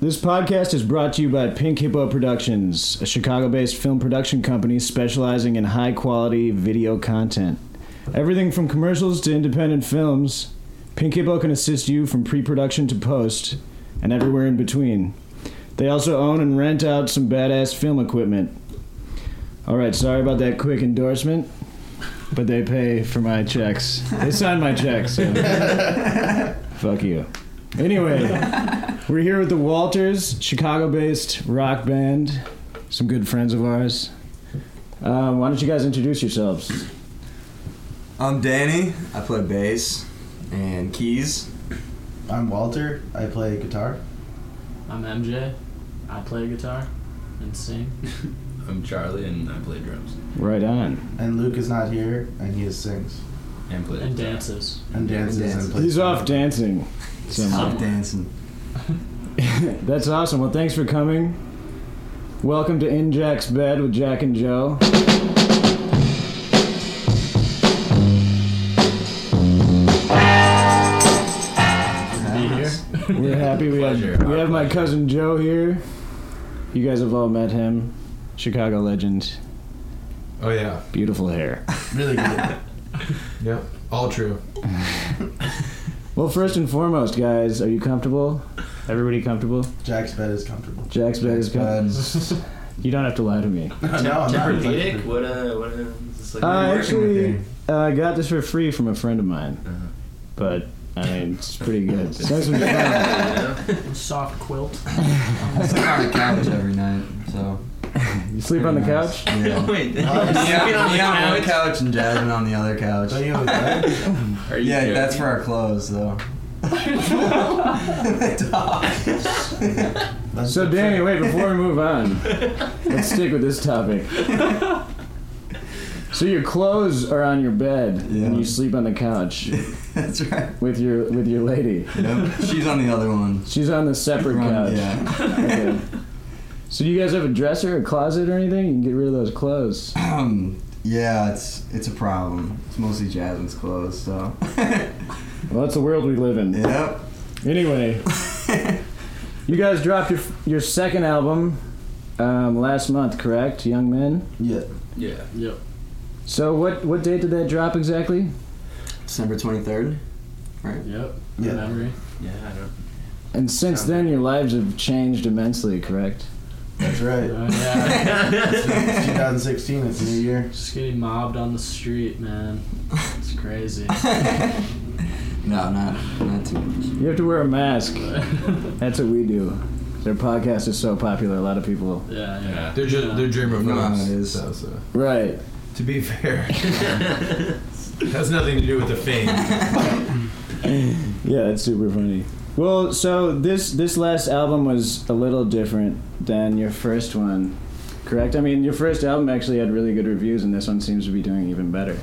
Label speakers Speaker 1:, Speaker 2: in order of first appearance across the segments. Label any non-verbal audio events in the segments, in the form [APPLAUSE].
Speaker 1: This podcast is brought to you by Pink Hippo Productions, a Chicago based film production company specializing in high quality video content. Everything from commercials to independent films, Pink Hippo can assist you from pre production to post and everywhere in between. They also own and rent out some badass film equipment. All right, sorry about that quick endorsement, but they pay for my checks. They sign my checks, so fuck you. Anyway. We're here with the Walters, Chicago based rock band, some good friends of ours. Um, why don't you guys introduce yourselves?
Speaker 2: I'm Danny. I play bass and keys.
Speaker 3: I'm Walter. I play guitar.
Speaker 4: I'm MJ. I play guitar and sing.
Speaker 5: I'm Charlie and I play drums
Speaker 1: Right on.
Speaker 3: And Luke is not here, and he sings.
Speaker 5: and play
Speaker 4: And
Speaker 5: guitar.
Speaker 4: dances.
Speaker 3: And dances and,
Speaker 2: dances.
Speaker 3: plays.
Speaker 1: He's off dancing.
Speaker 2: Stop
Speaker 1: somehow.
Speaker 2: dancing.
Speaker 1: That's awesome. Well, thanks for coming. Welcome to In Jack's Bed with Jack and Joe.
Speaker 2: Nice.
Speaker 1: We're happy we have,
Speaker 5: Pleasure.
Speaker 1: we have my cousin Joe here. You guys have all met him. Chicago legend.
Speaker 6: Oh yeah,
Speaker 1: Beautiful hair.
Speaker 3: Really good.
Speaker 6: yeah, all true.
Speaker 1: Well, first and foremost, guys, are you comfortable? Everybody comfortable?
Speaker 3: Jack's bed is comfortable.
Speaker 1: Jack's bed is comfortable. You don't have to lie to me.
Speaker 3: no, I'm not.
Speaker 5: Tempur-Pedic? What uh, what uh, is this like?
Speaker 1: I
Speaker 5: you're working with
Speaker 1: actually
Speaker 5: me?
Speaker 1: uh, I got this for free from a friend of mine,
Speaker 5: Uh-huh.
Speaker 1: but I mean it's pretty good. It's nice and firm.
Speaker 5: Yeah.
Speaker 4: Soft quilt.
Speaker 2: I sleep on the couch every night, so.
Speaker 1: You sleep on the couch?
Speaker 2: Yeah.
Speaker 5: [LAUGHS] Wait,
Speaker 2: yeah,
Speaker 5: you're on the
Speaker 2: on one
Speaker 5: couch?
Speaker 2: couch and Jasmine on the other couch.
Speaker 3: Don't you have a bed?
Speaker 5: Are you
Speaker 2: Yeah,
Speaker 5: joking?
Speaker 2: that's for our clothes,
Speaker 5: [LAUGHS]
Speaker 2: though. [LAUGHS]
Speaker 3: That's
Speaker 1: So
Speaker 3: good
Speaker 1: Danny,
Speaker 3: for-
Speaker 1: wait before we move on, let's stick with this topic. So your clothes are on your bed
Speaker 2: Yeah.
Speaker 1: and you sleep on the couch
Speaker 2: [LAUGHS] That's right.
Speaker 1: with your with your lady.
Speaker 2: Nope. She's on the other one.
Speaker 1: She's on the separate couch.
Speaker 2: Yeah.
Speaker 1: Okay. So do you guys have a dresser, a closet, or anything? You can get rid of those clothes.
Speaker 2: Um, yeah, it's it's a problem. It's mostly Jasmine's clothes, so.
Speaker 1: Well, that's the world we live in.
Speaker 2: yep.
Speaker 1: [LAUGHS] Anyway, you guys dropped your your second album um, last month, correct, Young Men?
Speaker 2: Yeah.
Speaker 5: Yeah.
Speaker 4: Yep.
Speaker 1: So what what date did that drop exactly?
Speaker 2: December 23rd.
Speaker 4: Yep.
Speaker 3: Yeah.
Speaker 4: Memory.
Speaker 5: Yeah, I don't.
Speaker 1: And since then, your lives have changed immensely, correct?
Speaker 3: That's right.
Speaker 4: Uh, yeah.
Speaker 3: 2016. It's a new year.
Speaker 4: Just getting mobbed on the street, man. It's crazy.
Speaker 2: No, not not too much.
Speaker 1: You have to wear a mask. That's what we do. Their podcast is so popular, a lot of people.
Speaker 4: Yeah, yeah.
Speaker 5: Yeah.
Speaker 6: They're just they're dreamer
Speaker 2: No,
Speaker 6: films.
Speaker 2: it is.
Speaker 6: So, so.
Speaker 1: Right. [CLEARS THROAT]
Speaker 6: To be fair, has nothing to do with the fame.
Speaker 1: Yeah, it's super funny. Well, so this this last album was a little different than your first one, correct? I mean, your first album actually had really good reviews, and this one seems to be doing even better.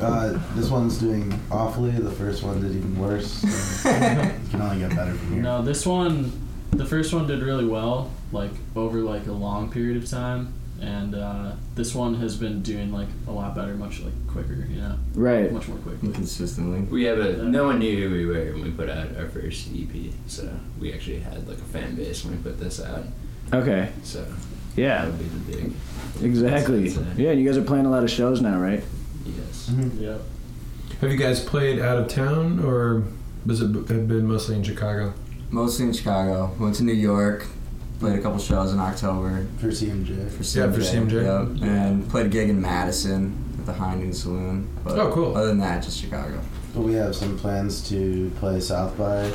Speaker 3: Uh, this one's doing awfully. The first one did even worse. So it can only get better from here.
Speaker 4: No, this one, the first one did really well, like over like a long period of time, and uh, this one has been doing like a lot better, much like quicker, you know,
Speaker 1: Right.
Speaker 4: much
Speaker 2: [LAUGHS]
Speaker 4: more quickly.
Speaker 2: Inconsistently.
Speaker 5: We have a. No one knew who we were when we put out our first EP, so we actually had like a fan base when we put this out.
Speaker 1: Okay.
Speaker 5: So that
Speaker 1: Yeah.
Speaker 5: would be the big
Speaker 1: Exactly.
Speaker 5: That's what I'd say.
Speaker 1: Yeah, and you guys are playing a lot of shows now, right?
Speaker 3: [LAUGHS]
Speaker 5: yes.
Speaker 3: Mm-hmm.
Speaker 4: Yep.
Speaker 6: Have you guys played out of town, or was it have been mostly in Chicago?
Speaker 2: Mostly in Chicago. Went to New York. Played a couple shows in October
Speaker 3: For CMJ.
Speaker 2: for CMJ.
Speaker 6: Yeah, for CMJ.
Speaker 2: Yep. And played a gig in Madison at the High Noon Saloon. But
Speaker 6: Oh, cool.
Speaker 2: Other than that, just Chicago.
Speaker 3: But we have some plans to play South by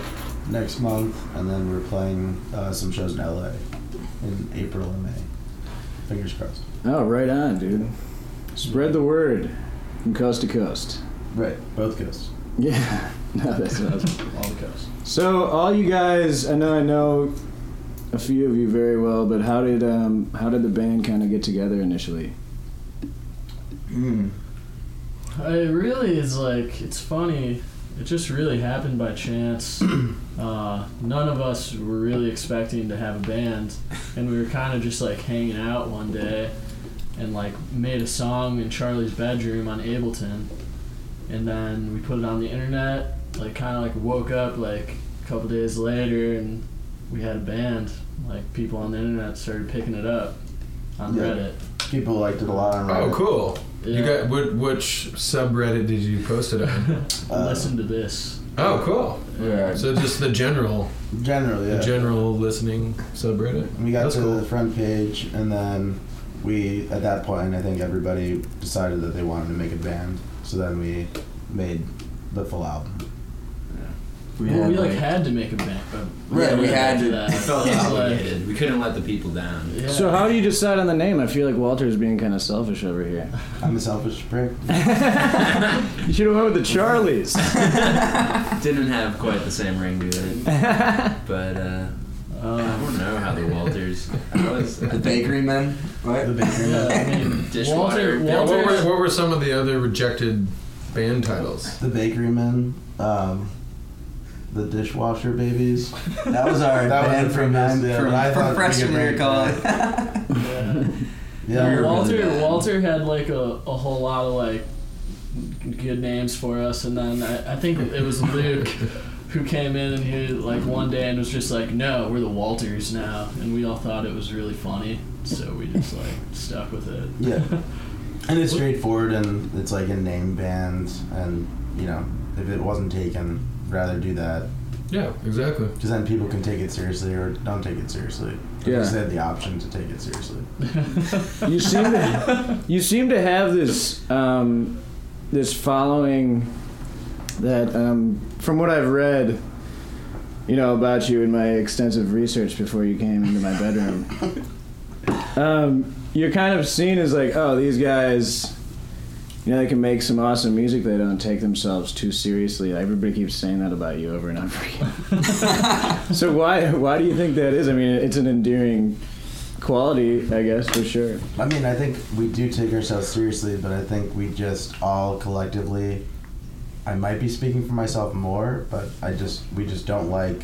Speaker 3: next month, and then we're playing uh, some shows in LA in April and May. Fingers crossed.
Speaker 1: Oh, right on, dude. Spread the word from coast to coast. [LAUGHS]
Speaker 3: Right, both coasts.
Speaker 1: Yeah. No, that's awesome.
Speaker 4: All the coast.
Speaker 1: So, all you guys, I know I know a few of you very well, but how did um, how did the band kind of get together initially?
Speaker 2: Mm.
Speaker 4: It really is like it's funny. It just really happened
Speaker 3: [CLEARS THROAT]
Speaker 4: by chance. Uh, none of us were really expecting to have a band, and we were kind of just like hanging out one day, and like made a song in Charlie's bedroom on Ableton, and then we put it on the internet. Like kind of like woke up like a couple days later and we had a band, like people on the internet started picking it up on
Speaker 3: Yeah.
Speaker 4: Reddit.
Speaker 3: People liked it a lot on Reddit.
Speaker 6: Oh, cool. You
Speaker 4: Yeah.
Speaker 6: got what? Which subreddit did you post it on?
Speaker 3: Uh,
Speaker 4: Listen to this.
Speaker 6: oh, cool.
Speaker 2: Yeah.
Speaker 6: So just the general,
Speaker 3: Generally,
Speaker 6: the
Speaker 3: yeah.
Speaker 6: general listening subreddit.
Speaker 3: We got
Speaker 6: That's
Speaker 3: to
Speaker 6: cool.
Speaker 3: the front page, and then we, at that point, I think everybody decided that they wanted to make a band. So then we made the full album.
Speaker 4: We, well, we like had to make a band. But
Speaker 2: Right, we
Speaker 4: yeah,
Speaker 2: had to-
Speaker 5: [LAUGHS]
Speaker 4: That.
Speaker 2: we felt
Speaker 4: It's like,
Speaker 5: obligated. We couldn't let the people down.
Speaker 4: yeah.
Speaker 1: So how do you decide on the name? I feel like Walter's being kind of selfish over here.
Speaker 3: I'm a selfish prick.
Speaker 1: [LAUGHS] You should have went with the Charlies.
Speaker 5: Didn't have quite the same ring to it, but uh, I
Speaker 4: Um,
Speaker 5: don't know how the Walters. I was, I
Speaker 2: The
Speaker 5: think
Speaker 2: bakery men, right?
Speaker 3: The bakery
Speaker 4: yeah,
Speaker 3: men.
Speaker 4: I mean,
Speaker 5: Dishwater.
Speaker 4: Walter-
Speaker 6: Yeah, what, were,
Speaker 4: Walters-
Speaker 6: what were some of the other rejected band titles?
Speaker 3: The bakery men. Um, the dishwasher babies. [LAUGHS] That was our
Speaker 6: That was
Speaker 3: band
Speaker 6: the
Speaker 3: from,
Speaker 6: previous-
Speaker 3: nine-
Speaker 6: yeah,
Speaker 3: from, I
Speaker 2: From
Speaker 3: thought we could
Speaker 2: freshman year
Speaker 3: make-
Speaker 2: college.
Speaker 4: yeah.
Speaker 3: Yeah, we were
Speaker 4: Walter
Speaker 3: really bad.
Speaker 4: Walter had like a, a whole lot of like good names for us, and then I, I think it was Luke who came in and he like one day and was just like, "No, we're the Walters now," and we all thought it was really funny, so we just like stuck with it.
Speaker 3: Yeah. And it's straightforward, and it's like a name band, and you know, if it wasn't taken, I'd rather do that
Speaker 6: Yeah, exactly.
Speaker 3: because then people can take it seriously or don't take it seriously.
Speaker 1: Yeah.
Speaker 3: They had the option to take it seriously.
Speaker 1: you seem to, you seem to have this um, this following that um, from what I've read you know about you in my extensive research before you came into my bedroom um, you're kind of seen as like oh these guys you know they can make some awesome music they don't take themselves too seriously everybody keeps saying that about you over and over again [LAUGHS] so why why do you think that is I mean it's an endearing quality I guess for sure
Speaker 3: I mean, I think we do take ourselves seriously, but I think we just all collectively. I might be speaking for myself more, but I just we just don't like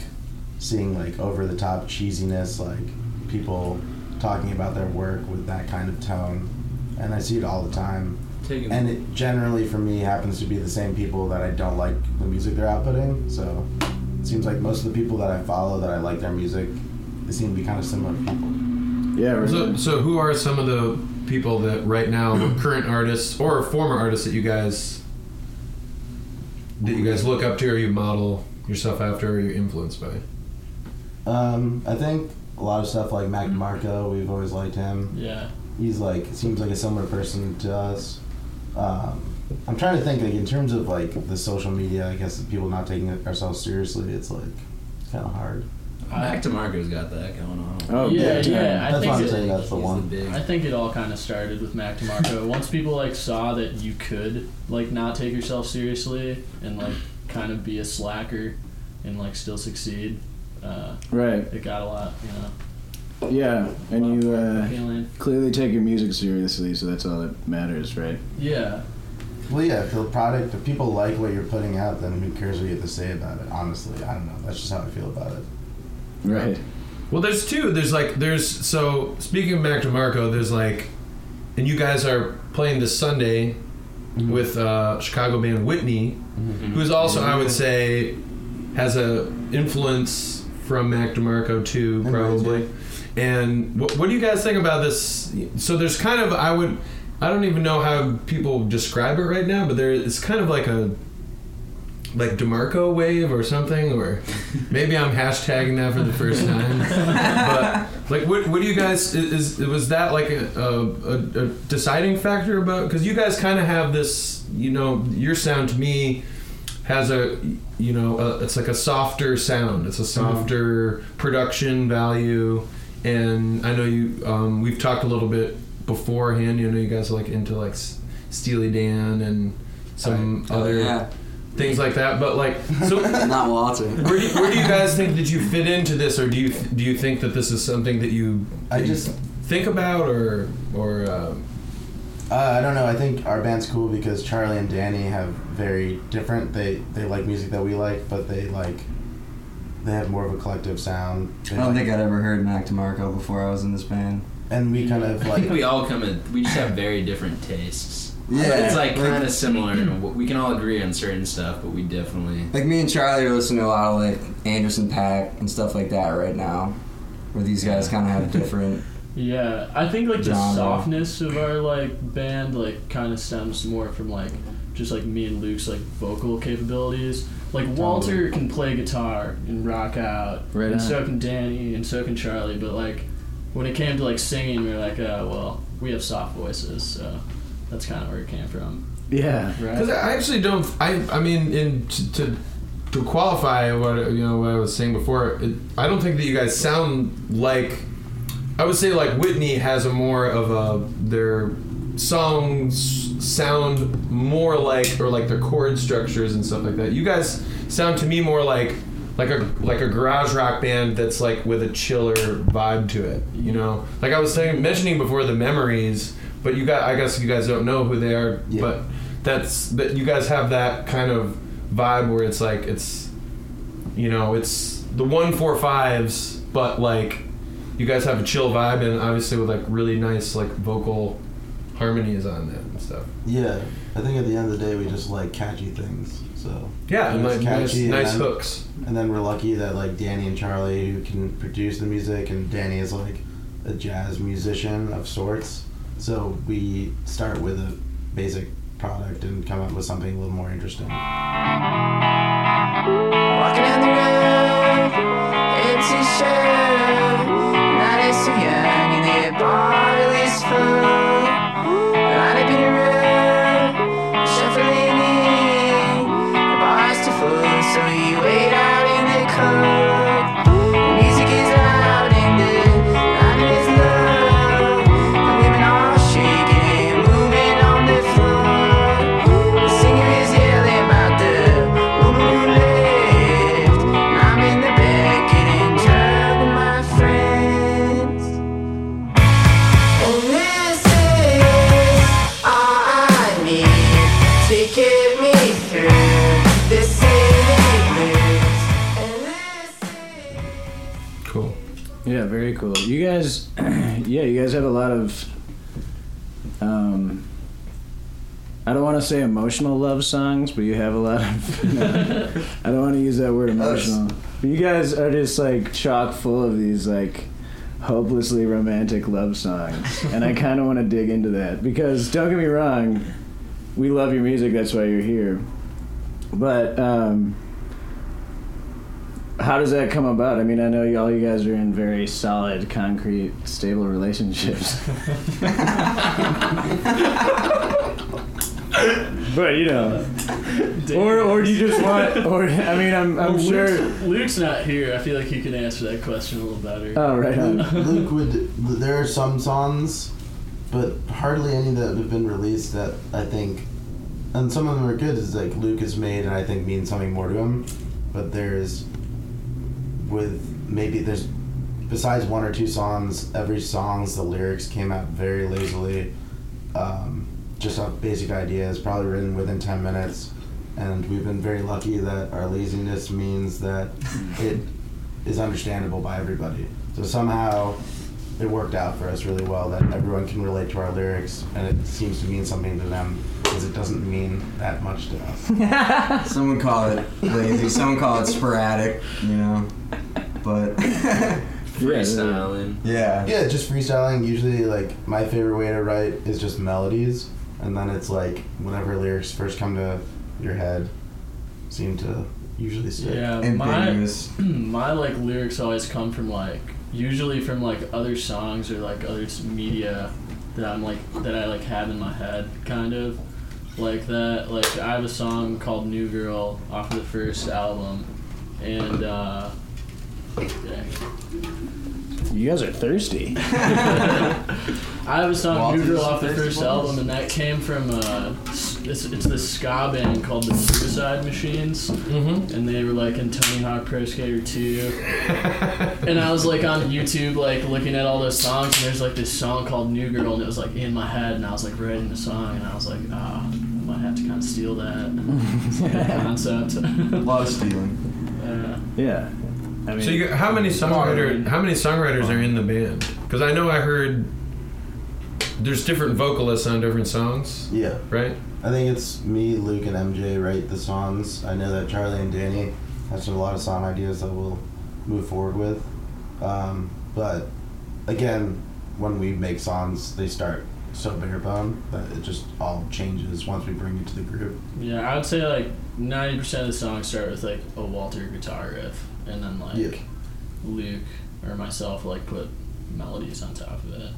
Speaker 3: seeing like over the top cheesiness, like people talking about their work with that kind of tone, and I see it all the time.
Speaker 5: Taking
Speaker 3: And it generally for me happens to be the same people that I don't like the music they're outputting. So it seems like most of the people that I follow that I like their music, they seem to be kind of similar people.
Speaker 1: Yeah, right.
Speaker 6: So, so who are some of the people that right now,
Speaker 3: [CLEARS THROAT]
Speaker 6: current artists or former artists that you guys that you guys look up to, or you model yourself after, or you're influenced by?
Speaker 3: Um, I think a lot of stuff like Mac DeMarco, we've always liked him.
Speaker 4: Yeah,
Speaker 3: He's like seems like a similar person to us. Um, I'm trying to think like in terms of like the social media. I guess people not taking it- ourselves seriously. It's like kind of hard.
Speaker 5: Mac DeMarco's got that going on.
Speaker 1: Oh,
Speaker 4: yeah,
Speaker 1: big time.
Speaker 4: yeah.
Speaker 3: That's
Speaker 4: I
Speaker 3: what
Speaker 4: think
Speaker 3: I'm
Speaker 4: it-
Speaker 3: saying. That's the
Speaker 5: He's
Speaker 3: one.
Speaker 5: big-
Speaker 4: I think it all kind of started with Mac DeMarco. Once people like saw that you could like not take yourself seriously and like kind of be a slacker and like still succeed, uh,
Speaker 1: right.
Speaker 4: it got a lot, you know.
Speaker 1: Yeah, and you uh,
Speaker 4: feeling.
Speaker 1: clearly take your music seriously, so that's all that matters, right?
Speaker 4: Yeah,
Speaker 3: Well, yeah. If the product, if people like what you're putting out, then who cares what you have to say about it? Honestly, I don't know. That's just how I feel about it.
Speaker 1: Right.
Speaker 6: Well, there's two. There's like there's so speaking of Mac DeMarco, there's like, and you guys are playing this Sunday with uh, Chicago band Whitney, who's also I would say has a influence from Mac DeMarco too,
Speaker 3: ways,
Speaker 6: probably. And what, what do you guys think about this? So there's kind of I would I don't even know how people describe it right now, but there it's kind of like a like DeMarco wave or something, or maybe I'm hashtagging that for the first time. but like, what, what do you guys is, is was that like a, a, a deciding factor about? Because you guys kind of have this, you know, your sound to me has a you know a, it's like a softer sound. It's a
Speaker 2: Mm-hmm.
Speaker 6: softer production value, and I know you. Um, we've talked a little bit beforehand. You know, you guys are like into like S- Steely Dan and some
Speaker 2: [LAUGHS] Oh,
Speaker 6: other
Speaker 2: yeah.
Speaker 6: things like that. But like,
Speaker 2: [LAUGHS]
Speaker 6: so
Speaker 2: Not Walter.
Speaker 6: [LAUGHS] where do, you, where do you guys think that you fit into this, or do you do you think that this is something that you
Speaker 3: I
Speaker 6: that you
Speaker 3: just-
Speaker 6: think about, or or um,
Speaker 3: Uh, I don't know. I think our band's cool because Charlie and Danny have very different. They they like music that we like, but they like they have more of a collective sound. Oh, They
Speaker 2: I don't
Speaker 3: like-
Speaker 2: think I'd ever heard Mac DeMarco before I was in this band.
Speaker 3: and we kind of [LAUGHS]
Speaker 5: I
Speaker 3: like
Speaker 5: think we all come in. We just have very different tastes.
Speaker 2: Yeah,
Speaker 5: it's like kind of similar. in what- We can all agree on certain stuff, but we definitely
Speaker 2: Like me and Charlie are listening to a lot of like Anderson Pack and stuff like that right now, where these guys kind of have different.
Speaker 4: Yeah, I think like the
Speaker 2: Genre.
Speaker 4: softness of our like band like kind of stems more from like just like me and Luke's like vocal capabilities. Like Walter can play guitar and rock out,
Speaker 5: Right
Speaker 4: and
Speaker 5: on.
Speaker 4: so can Danny, and so can Charlie. But like when it came to like singing, we were like, oh well, we have soft voices, so that's kind of where it came from,
Speaker 1: Yeah.
Speaker 6: Because
Speaker 4: right?
Speaker 6: I actually don't. I I mean, in to to, to qualify what you know what I was saying before, it, I don't think that you guys sound like. I would say like Whitney has a more of a their songs sound more like or like their chord structures and stuff like that. You guys sound to me more like like a like a garage rock band that's like with a chiller vibe to it. You know, like I was saying mentioning before the memories, but you got I guess you guys don't know who they are,
Speaker 3: Yeah.
Speaker 6: but that's that you guys have that kind of vibe where it's like it's you know it's the one four fives but like you guys have a chill vibe and obviously with like really nice like vocal harmonies on that and stuff
Speaker 3: Yeah, I think at the end of the day, we just like catchy things. So
Speaker 6: yeah and
Speaker 3: It's
Speaker 6: like nice,
Speaker 3: catchy and
Speaker 6: nice
Speaker 3: then-
Speaker 6: hooks
Speaker 3: And then we're lucky that like Danny and Charlie who can produce the music and Danny is like a jazz musician of sorts. So we start with a basic product and come up with something a little more interesting.
Speaker 7: Walking down the road, empty shirt. Not as so young, and they had bought at least food. Lined up in a row, shuffling in. The bar's too full, so you wait out in the cold. The music is loud and the lighting is low. The women are shaking and moving on the floor. The singer is yelling about the woman who left. And I'm in the back getting drunk with my friends. And this is all I need to get me through this city blues. And this is.
Speaker 6: cool
Speaker 1: Yeah, very cool. You guys, [CLEARS THROAT] yeah, you guys have a lot of. Um, I don't want to say emotional love songs, but you have a lot of. [LAUGHS] I don't want to use that word emotional. But you guys are just like chock full of these like hopelessly romantic love songs, and I kind of want to dig into that because don't get me wrong, we love your music. That's why you're here. But um, how does that come about? I mean, I know you, all you guys are in very solid, concrete, stable relationships. [LAUGHS] but you know, or or do you just want? Or I mean, I'm I'm
Speaker 4: Well,
Speaker 1: sure.
Speaker 4: Luke's, Luke's not here. I feel like he can answer that question a little better.
Speaker 1: Oh right. [LAUGHS] on.
Speaker 3: Luke would there are some songs, but hardly any that have been released that I think and some of them are good is like Luke is made and I think means something more to him. But there's with maybe there's besides one or two songs, every song's the lyrics came out very lazily. Um, just off basic ideas, probably written within ten minutes. And we've been very lucky that our laziness means that it is understandable by everybody. So somehow it worked out for us really well that everyone can relate to our lyrics and it seems to mean something to them because it doesn't mean that much to us.
Speaker 2: Someone call it lazy. Someone call it sporadic. You know, but [LAUGHS]
Speaker 5: freestyling.
Speaker 2: yeah,
Speaker 3: yeah, just freestyling. Usually, like, my favorite way to write is just melodies and then it's like whenever lyrics first come to your head seem to usually stick.
Speaker 4: yeah, my,
Speaker 2: ambiguous.
Speaker 4: [CLEARS THROAT] my like lyrics always come from like usually from like other songs or like other s- media that I'm like that I like have in my head kind of like that like I have a song called New Girl off of the first album and uh dang. [LAUGHS]
Speaker 1: You guys are [LAUGHS] thirsty.
Speaker 4: I have a song
Speaker 2: Walter's
Speaker 4: New Girl off the
Speaker 2: Thirsty
Speaker 4: first
Speaker 2: Walters.
Speaker 4: album, and that came from uh, s- it's it's this ska band called the Suicide Machines,
Speaker 6: [LAUGHS] Mhm.
Speaker 4: and they were like in Tony Hawk Pro Skater Two, and I was like on YouTube like looking at all those songs, and there's like this song called New Girl, and it was like in my head, and I was like writing the song, and I was like ah. I Might have to kind of steal that [LAUGHS] concept.
Speaker 2: A
Speaker 4: Uh, [LAUGHS]
Speaker 2: lot of stealing.
Speaker 4: yeah.
Speaker 1: Yeah. I mean,
Speaker 6: so you, how many songwriter how many songwriters are in the band because I know I heard there's different vocalists on different songs,
Speaker 3: Yeah.
Speaker 6: right?
Speaker 3: I think it's me, Luke, and MJ write the songs. I know that Charlie and Danny have some, a lot of song ideas that we'll move forward with. Um, but again, when we make songs, they start so bare bone that it just all changes once we bring it to the group.
Speaker 4: Yeah, I would say like ninety percent of the songs start with like a Walter guitar riff, and then like
Speaker 3: Yeah.
Speaker 4: Luke or myself like put melodies on top of it.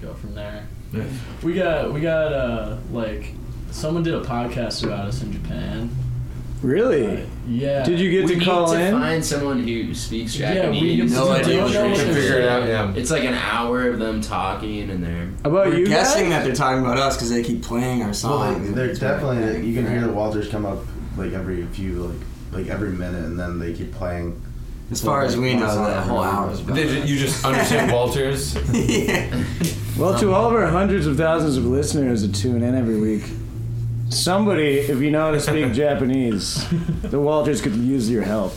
Speaker 4: Go from there.
Speaker 6: Yeah.
Speaker 4: We got we got uh like someone did a podcast about us in Japan.
Speaker 1: Really?
Speaker 4: Yeah.
Speaker 1: Did you get
Speaker 5: we
Speaker 1: to
Speaker 5: need
Speaker 1: call
Speaker 5: to
Speaker 1: in?
Speaker 5: find someone who speaks
Speaker 4: Yeah,
Speaker 5: Japanese.
Speaker 4: we
Speaker 2: No
Speaker 4: we
Speaker 2: idea what
Speaker 4: don't know
Speaker 2: you're
Speaker 4: what
Speaker 2: trying
Speaker 6: to
Speaker 4: they're
Speaker 6: figure it out.
Speaker 4: saying.
Speaker 6: Yeah.
Speaker 5: It's like an hour of them talking and they're
Speaker 1: About
Speaker 2: We're
Speaker 1: you
Speaker 2: guessing
Speaker 1: guys?
Speaker 2: that they're talking about us because they keep playing our
Speaker 3: Well,
Speaker 2: song.
Speaker 3: they- they're definitely you can hear the Walters come up like every few like like every minute, and then they keep playing.
Speaker 2: As far as we know, that whole hour is about
Speaker 6: They, ju-
Speaker 2: us.
Speaker 6: you just understand Walters.
Speaker 2: [LAUGHS] yeah.
Speaker 1: Well, to all of our hundreds of thousands of listeners that tune in every week, somebody, if you know how to [LAUGHS] speak Japanese, the Walters could use your help.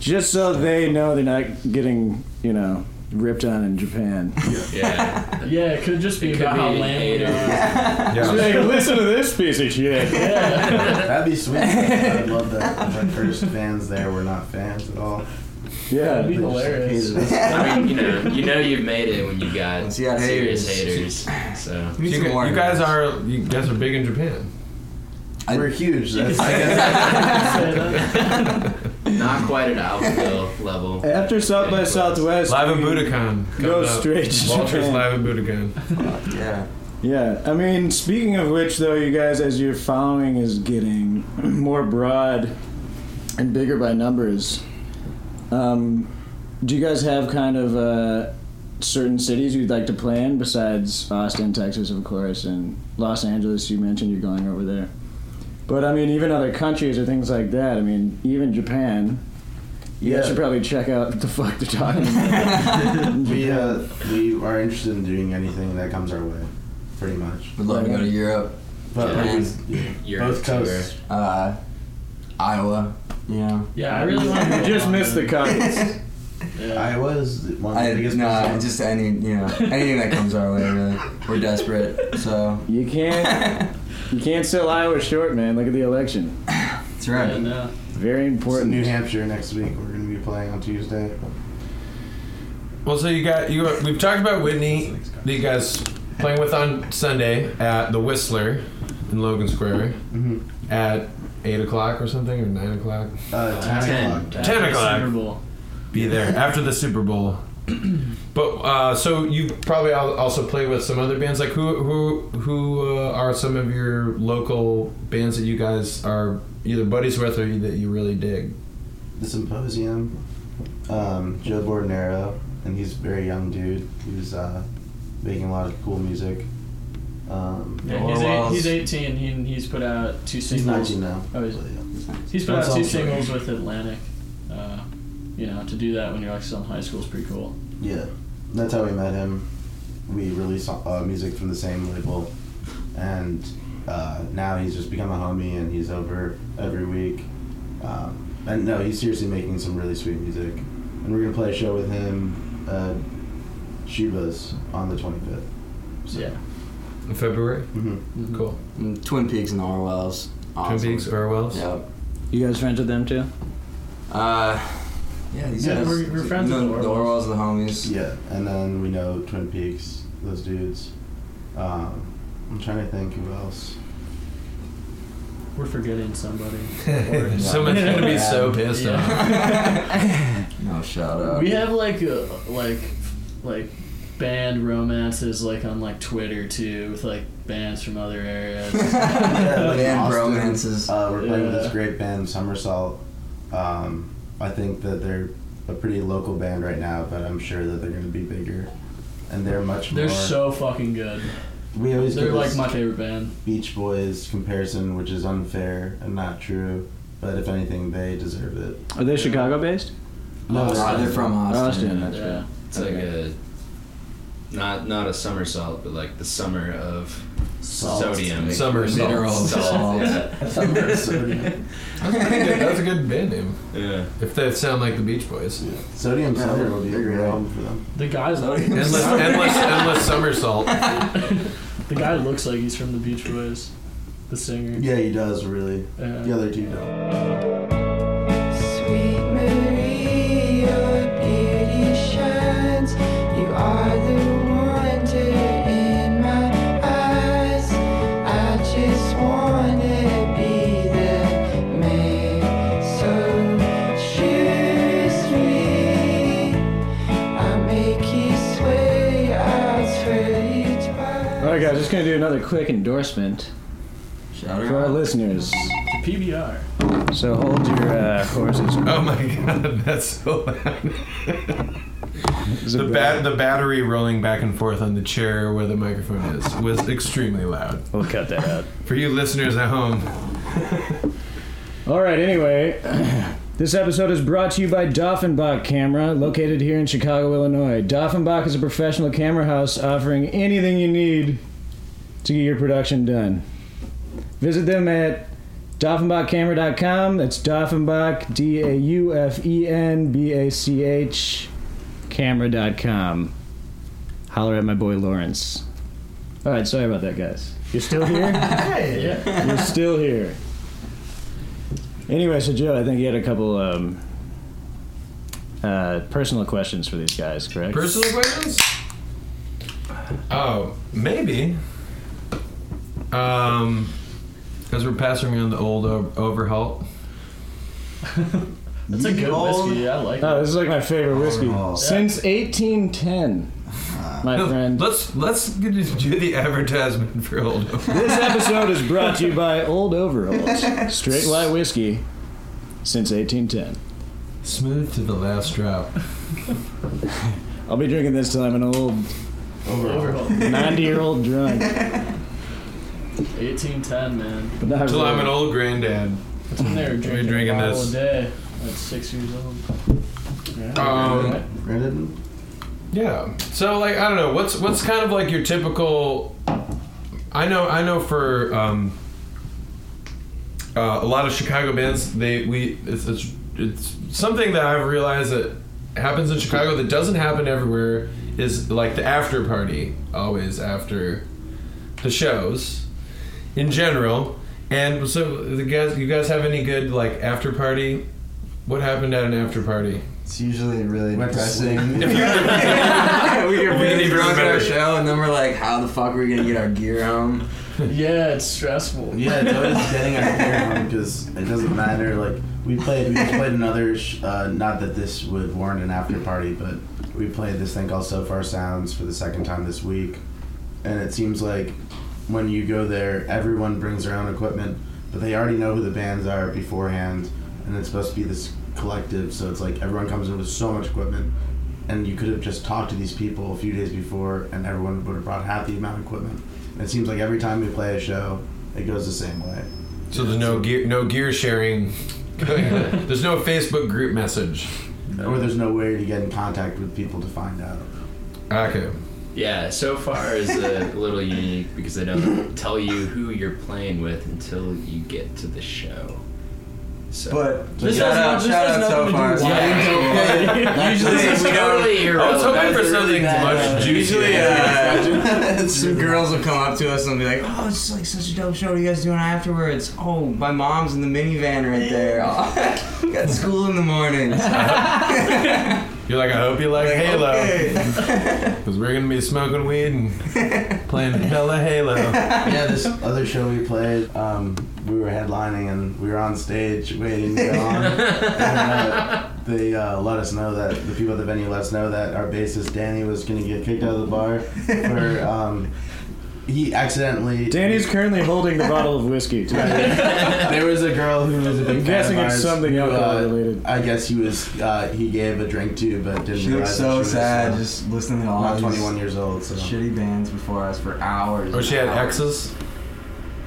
Speaker 1: Just so they know they're not getting, you know, ripped on in Japan.
Speaker 5: yeah.
Speaker 4: Yeah, it could just be
Speaker 5: It could
Speaker 4: about how
Speaker 5: be
Speaker 4: lame
Speaker 5: any
Speaker 4: they
Speaker 5: of
Speaker 4: are.
Speaker 6: Yeah.
Speaker 1: listen to this piece of shit.
Speaker 3: [LAUGHS]
Speaker 5: [LAUGHS]
Speaker 3: That'd be sweet. I love [LAUGHS] that. The first fans there were not fans at all.
Speaker 1: Yeah.
Speaker 4: That'd
Speaker 3: They just
Speaker 4: Hilarious.
Speaker 3: hated us.
Speaker 5: I mean, you know, you know, you've made it when you got
Speaker 2: Once you got
Speaker 5: serious
Speaker 2: haters.
Speaker 5: haters. So
Speaker 6: You,
Speaker 2: Need some
Speaker 6: gu-
Speaker 2: more
Speaker 6: you guys
Speaker 2: of those.
Speaker 6: are you guys are big in Japan.
Speaker 3: We're huge. That's, I guess
Speaker 5: not quite at Alphaville level.
Speaker 1: After South by
Speaker 5: Yeah,
Speaker 1: Southwest,
Speaker 6: Live at
Speaker 1: we-
Speaker 6: Budokan.
Speaker 1: Go
Speaker 6: coming up.
Speaker 1: straight to
Speaker 6: Walters
Speaker 1: Japan.
Speaker 6: live at Budokan.
Speaker 2: yeah.
Speaker 1: Yeah, I mean, speaking of which, though, you guys, as your following is getting [CLEARS THROAT] more broad and bigger by numbers, um, do you guys have kind of uh, certain cities you'd like to play in besides Austin, Texas, of course, and Los Angeles? You mentioned you're going over there, but I mean, even other countries or things like that. I mean, even Japan. You guys
Speaker 3: [LAUGHS] Yeah.
Speaker 1: should probably check out what the fuck they're talking about. [LAUGHS]
Speaker 3: we uh, we are interested in doing anything that comes our way, pretty much.
Speaker 2: Would love to go to Europe,
Speaker 3: But
Speaker 5: Yeah.
Speaker 3: like, we-
Speaker 5: You're
Speaker 3: both coasts.
Speaker 2: uh, Iowa. You
Speaker 4: [LAUGHS]
Speaker 2: know.
Speaker 4: Yeah, [LAUGHS] I really want to
Speaker 1: you just missed the [LAUGHS] comments.
Speaker 4: Yeah.
Speaker 3: Iowa is one of the
Speaker 2: I
Speaker 3: biggest.
Speaker 2: nah,
Speaker 3: places.
Speaker 2: just any you know anything that comes our way. Really, we're desperate. So
Speaker 1: You can't. You can't sell Iowa short, man. Look at the election.
Speaker 2: that's
Speaker 4: Yeah,
Speaker 2: right.
Speaker 4: no.
Speaker 1: Very
Speaker 3: It's
Speaker 1: important.
Speaker 3: New Hampshire next week. We're going to be playing on Tuesday.
Speaker 6: Well, so you got you. We've talked about Whitney. That you guys playing with on Sunday at the Whistler in Logan Square
Speaker 3: hmm
Speaker 6: at eight o'clock or something or nine o'clock.
Speaker 3: Uh, 10,
Speaker 4: Ten.
Speaker 3: o'clock.
Speaker 4: Ten
Speaker 6: Ten o'clock.
Speaker 4: Super Bowl.
Speaker 6: Be there after the Super Bowl. But uh, so you probably al- also play with some other bands. Like who who who uh, are some of your local bands that you guys are either buddies with or that you really dig?
Speaker 3: The symposium. Um, Joe Bordenero, and he's a very young dude. He's uh, making a lot of cool music. Um,
Speaker 4: Yeah, he's, eight,
Speaker 2: Orwell's-
Speaker 4: he's 18. He, he's put out two
Speaker 3: he's
Speaker 4: singles.
Speaker 3: 19 now.
Speaker 4: Oh, he's-
Speaker 3: but, yeah.
Speaker 4: He's put
Speaker 3: That's
Speaker 4: out two
Speaker 3: awesome.
Speaker 4: singles with Atlantic. Uh, you know, to do that when you're like still in high school is pretty cool.
Speaker 3: Yeah, that's how we met him. We released uh, music from the same label, and uh, now he's just become a homie, and he's over every week. Um, and no, he's seriously making some really sweet music, and we're gonna play a show with him at Shiba's on the twenty fifth.
Speaker 4: So, yeah.
Speaker 6: In February.
Speaker 3: Mm-hmm.
Speaker 4: Mhm.
Speaker 6: Cool.
Speaker 2: Mm, Twin Peaks and Orwell's. Awesome.
Speaker 6: Twin Peaks, Orwell's.
Speaker 2: Yep.
Speaker 1: You guys friends with them too?
Speaker 2: Uh, yeah, these
Speaker 4: Yeah,
Speaker 2: guys.
Speaker 4: we're- we're friends
Speaker 2: the,
Speaker 4: with the
Speaker 2: the
Speaker 4: Orwells.
Speaker 2: Orwells, the homies.
Speaker 3: Yeah, and then we know Twin Peaks, those dudes. Um, I'm trying to think who else.
Speaker 4: We're forgetting somebody.
Speaker 6: Someone's gonna be [LAUGHS] so pissed
Speaker 4: Yeah.
Speaker 6: off.
Speaker 2: [LAUGHS] No shout out. [LAUGHS]
Speaker 4: We have like a, like like band romances like on like Twitter too with like bands from other areas.
Speaker 3: yeah, like
Speaker 2: Band
Speaker 3: Austin,
Speaker 2: bromances.
Speaker 3: Uh, we're playing with this
Speaker 4: Yeah.
Speaker 3: great band, Somersault. Um, I think that they're a pretty local band right now, but I'm sure that they're going to be bigger. And they're much
Speaker 4: [LAUGHS] They're
Speaker 3: more.
Speaker 4: so fucking good.
Speaker 3: we always
Speaker 4: They're
Speaker 3: do
Speaker 4: like
Speaker 3: this
Speaker 4: my favorite band.
Speaker 3: Beach Boys comparison, which is unfair and not true. But if anything, they deserve it.
Speaker 1: Are they Chicago based?
Speaker 2: no,
Speaker 3: Austin.
Speaker 2: they're from uh, Austin.
Speaker 1: Austin, that's
Speaker 4: Yeah.
Speaker 5: It's like a not not a somersault, but like the summer of
Speaker 3: Salt.
Speaker 5: sodium.
Speaker 6: Summer
Speaker 2: Mineral
Speaker 5: salts.
Speaker 2: salt.
Speaker 5: Yeah.
Speaker 3: Sodium,
Speaker 6: That's, pretty [LAUGHS] good. That's a good band name.
Speaker 5: yeah.
Speaker 6: If they sound like the Beach Boys.
Speaker 3: Sodium
Speaker 2: Yeah,
Speaker 3: Summer
Speaker 2: they're-
Speaker 3: would be a
Speaker 2: they're
Speaker 3: great
Speaker 2: great.
Speaker 3: album for them.
Speaker 4: The guy,
Speaker 2: Loading.
Speaker 6: endless, endless, endless somersault.
Speaker 4: the guy looks like he's from the Beach Boys, the singer. Uh,
Speaker 3: Yeah, he does really.
Speaker 4: Yeah.
Speaker 3: The other two don't.
Speaker 7: Sweet Marie, your beauty shines. You are the wonder in my eyes. I just wanna be the maid. So choose me. I'll make you sway. I'll swear you twice.
Speaker 1: All right, guys, just gonna do another quick endorsement
Speaker 2: Shout
Speaker 1: for our
Speaker 2: out.
Speaker 1: listeners.
Speaker 4: PBR.
Speaker 1: So hold your uh, horses.
Speaker 6: [LAUGHS] Oh my god, that's so loud. The, bat the battery rolling back and forth on the chair where the microphone is was extremely loud.
Speaker 1: We'll cut that out.
Speaker 6: For you listeners at home,
Speaker 1: All right, anyway, [CLEARS THROAT] this episode is brought to you by Doffenbach Camera, located here in Chicago, Illinois. Doffenbach is a professional camera house offering anything you need to get your production done. Visit them at doffenbachcamera.com. That's Doffenbach, D A U F E N B A C H, camera.com. Holler at my boy Lawrence. All right, sorry about that, guys. You're still here?
Speaker 4: Yeah.
Speaker 1: You're still here. Anyway, so Joe, I think you had a couple um, uh, personal questions for these guys, correct?
Speaker 6: personal questions? Oh, maybe. Um, because we're passing around the old o- overhaul. [LAUGHS]
Speaker 4: That's a good whiskey. I like
Speaker 1: oh,
Speaker 4: it.
Speaker 1: this is like my favorite whiskey
Speaker 3: Overall.
Speaker 6: Oh,
Speaker 1: since 1810,
Speaker 6: Ah.
Speaker 1: my
Speaker 6: [LAUGHS]
Speaker 1: friend.
Speaker 6: Let's let's get to do the advertisement for old. Overhaul.
Speaker 1: this episode is brought to you by Old Overalls, straight light whiskey since 1810.
Speaker 6: [LAUGHS] Smooth to the last drop.
Speaker 1: I'll be drinking this till I'm an old
Speaker 4: Overall.
Speaker 1: 90 year old drunk.
Speaker 4: 1810, man.
Speaker 1: But not
Speaker 6: Till I'm
Speaker 1: really.
Speaker 6: an old granddad.
Speaker 4: That's when they were drinking,
Speaker 6: drinking
Speaker 4: a bottle
Speaker 6: this.
Speaker 4: a day at six years old.
Speaker 6: Um,
Speaker 4: Right?
Speaker 3: Brandon,
Speaker 6: Yeah. So like I don't know what's what's kind of like your typical. I know I know for um, uh, a lot of Chicago bands they we it's, it's it's something that I've realized that happens in Chicago that doesn't happen everywhere is like the after party always after the shows in general. And so the guys, you guys have any good like after party? What happened at an after party?
Speaker 2: It's usually really
Speaker 3: went to
Speaker 2: depressing. [LAUGHS]
Speaker 3: sing.
Speaker 2: we were really
Speaker 6: Really
Speaker 2: drunk at our
Speaker 6: remember.
Speaker 2: show, and then we're like, "How the fuck are we gonna get our gear home?"
Speaker 4: Yeah, it's stressful.
Speaker 3: [LAUGHS] Yeah, it's always getting our hair on because it doesn't matter. Like we played, we just played another. Sh- uh, not that this would warrant an after party, but we played this thing called So Far Sounds for the second time this week, and it seems like when you go there, everyone brings their own equipment, but they already know who the bands are beforehand, and it's supposed to be this collective. So it's like everyone comes in with so much equipment. And you could have just talked to these people a few days before, and everyone would have brought half the amount of equipment. And it seems like every time we play a show, it goes the same way.
Speaker 6: So there's no gear, no gear sharing. [LAUGHS] there's no Facebook group message.
Speaker 3: Or there's no way to get in contact with people to find out.
Speaker 6: Okay.
Speaker 5: Yeah, so far is a little unique because they don't tell you who you're playing with until you get to the show. So, [LAUGHS]
Speaker 2: But
Speaker 4: This
Speaker 2: shout
Speaker 4: has no-
Speaker 2: out,
Speaker 4: this
Speaker 2: shout
Speaker 4: has
Speaker 2: out
Speaker 4: nothing
Speaker 2: so
Speaker 4: to do
Speaker 2: far.
Speaker 4: with
Speaker 5: wine.
Speaker 2: Yeah. [LAUGHS] Usually
Speaker 5: This is
Speaker 2: we don't-
Speaker 5: totally
Speaker 6: I was
Speaker 5: irrelevant.
Speaker 6: hoping for something
Speaker 2: Uh,
Speaker 6: much juicier.
Speaker 2: Usually, uh, some girls will come up to us and be like, "Oh, it's like such a dope show. What are you guys doing afterwards? Oh, my mom's in the minivan right there. [LAUGHS] Oh, got school in the morning.
Speaker 6: You're like, I hope you like Halo,
Speaker 2: Okay.
Speaker 6: because we're gonna be smoking weed and
Speaker 2: [LAUGHS]
Speaker 6: playing hella
Speaker 3: [LAUGHS]
Speaker 6: Halo.
Speaker 3: Yeah, this other show we played, um, we were headlining and we were on stage waiting to go on. and, uh, they uh, let us know that the people at the venue let us know that our bassist Danny was going to get kicked out of the bar for um, he accidentally.
Speaker 1: Danny's currently holding the bottle of
Speaker 6: [LAUGHS]
Speaker 1: whiskey. Today.
Speaker 3: there was a girl who was a
Speaker 1: I'm
Speaker 3: big fan
Speaker 1: guessing
Speaker 3: of
Speaker 1: it's
Speaker 3: ours
Speaker 1: something
Speaker 3: who,
Speaker 1: alcohol
Speaker 3: uh,
Speaker 1: related.
Speaker 3: I guess he was. Uh, he gave a drink to, but didn't.
Speaker 2: She looked
Speaker 3: realize that
Speaker 2: so
Speaker 3: was,
Speaker 2: sad,
Speaker 3: uh,
Speaker 2: just listening to all
Speaker 3: not
Speaker 2: these
Speaker 3: 21 years old. So.
Speaker 2: shitty bands before us for hours.
Speaker 6: Or Oh, she had
Speaker 2: and hours.
Speaker 6: exes.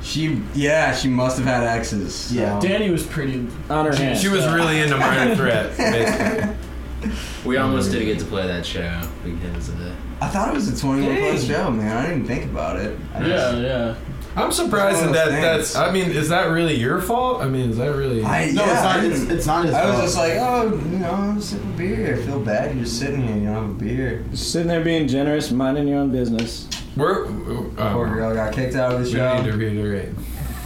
Speaker 2: She, yeah, she must have had exes. so-
Speaker 3: Yeah.
Speaker 4: Danny was pretty.
Speaker 1: On her hand.
Speaker 6: She was really
Speaker 2: [LAUGHS]
Speaker 6: into Minor Threat. Basically.
Speaker 5: we almost didn't get to play that show because uh,
Speaker 2: I thought it was a 21 plus show, man. I didn't think about it. I
Speaker 4: Yeah, yeah.
Speaker 6: I'm surprised
Speaker 2: It's
Speaker 6: that
Speaker 2: one of those
Speaker 6: that's.
Speaker 2: things.
Speaker 6: I mean, is that really your fault? I mean, is that really?
Speaker 2: I,
Speaker 3: No,
Speaker 2: yeah,
Speaker 3: it's not.
Speaker 2: I
Speaker 3: It's,
Speaker 2: didn't-
Speaker 3: it's not his
Speaker 2: I was
Speaker 3: fault.
Speaker 2: just like, oh, you know, I'm sipping beer. I feel bad. You're just sitting here. You don't have a beer.
Speaker 1: Sitting there being generous, minding your own business.
Speaker 6: We're. uh,
Speaker 2: Poor girl got kicked out of the
Speaker 6: we
Speaker 2: show.
Speaker 6: need to reiterate.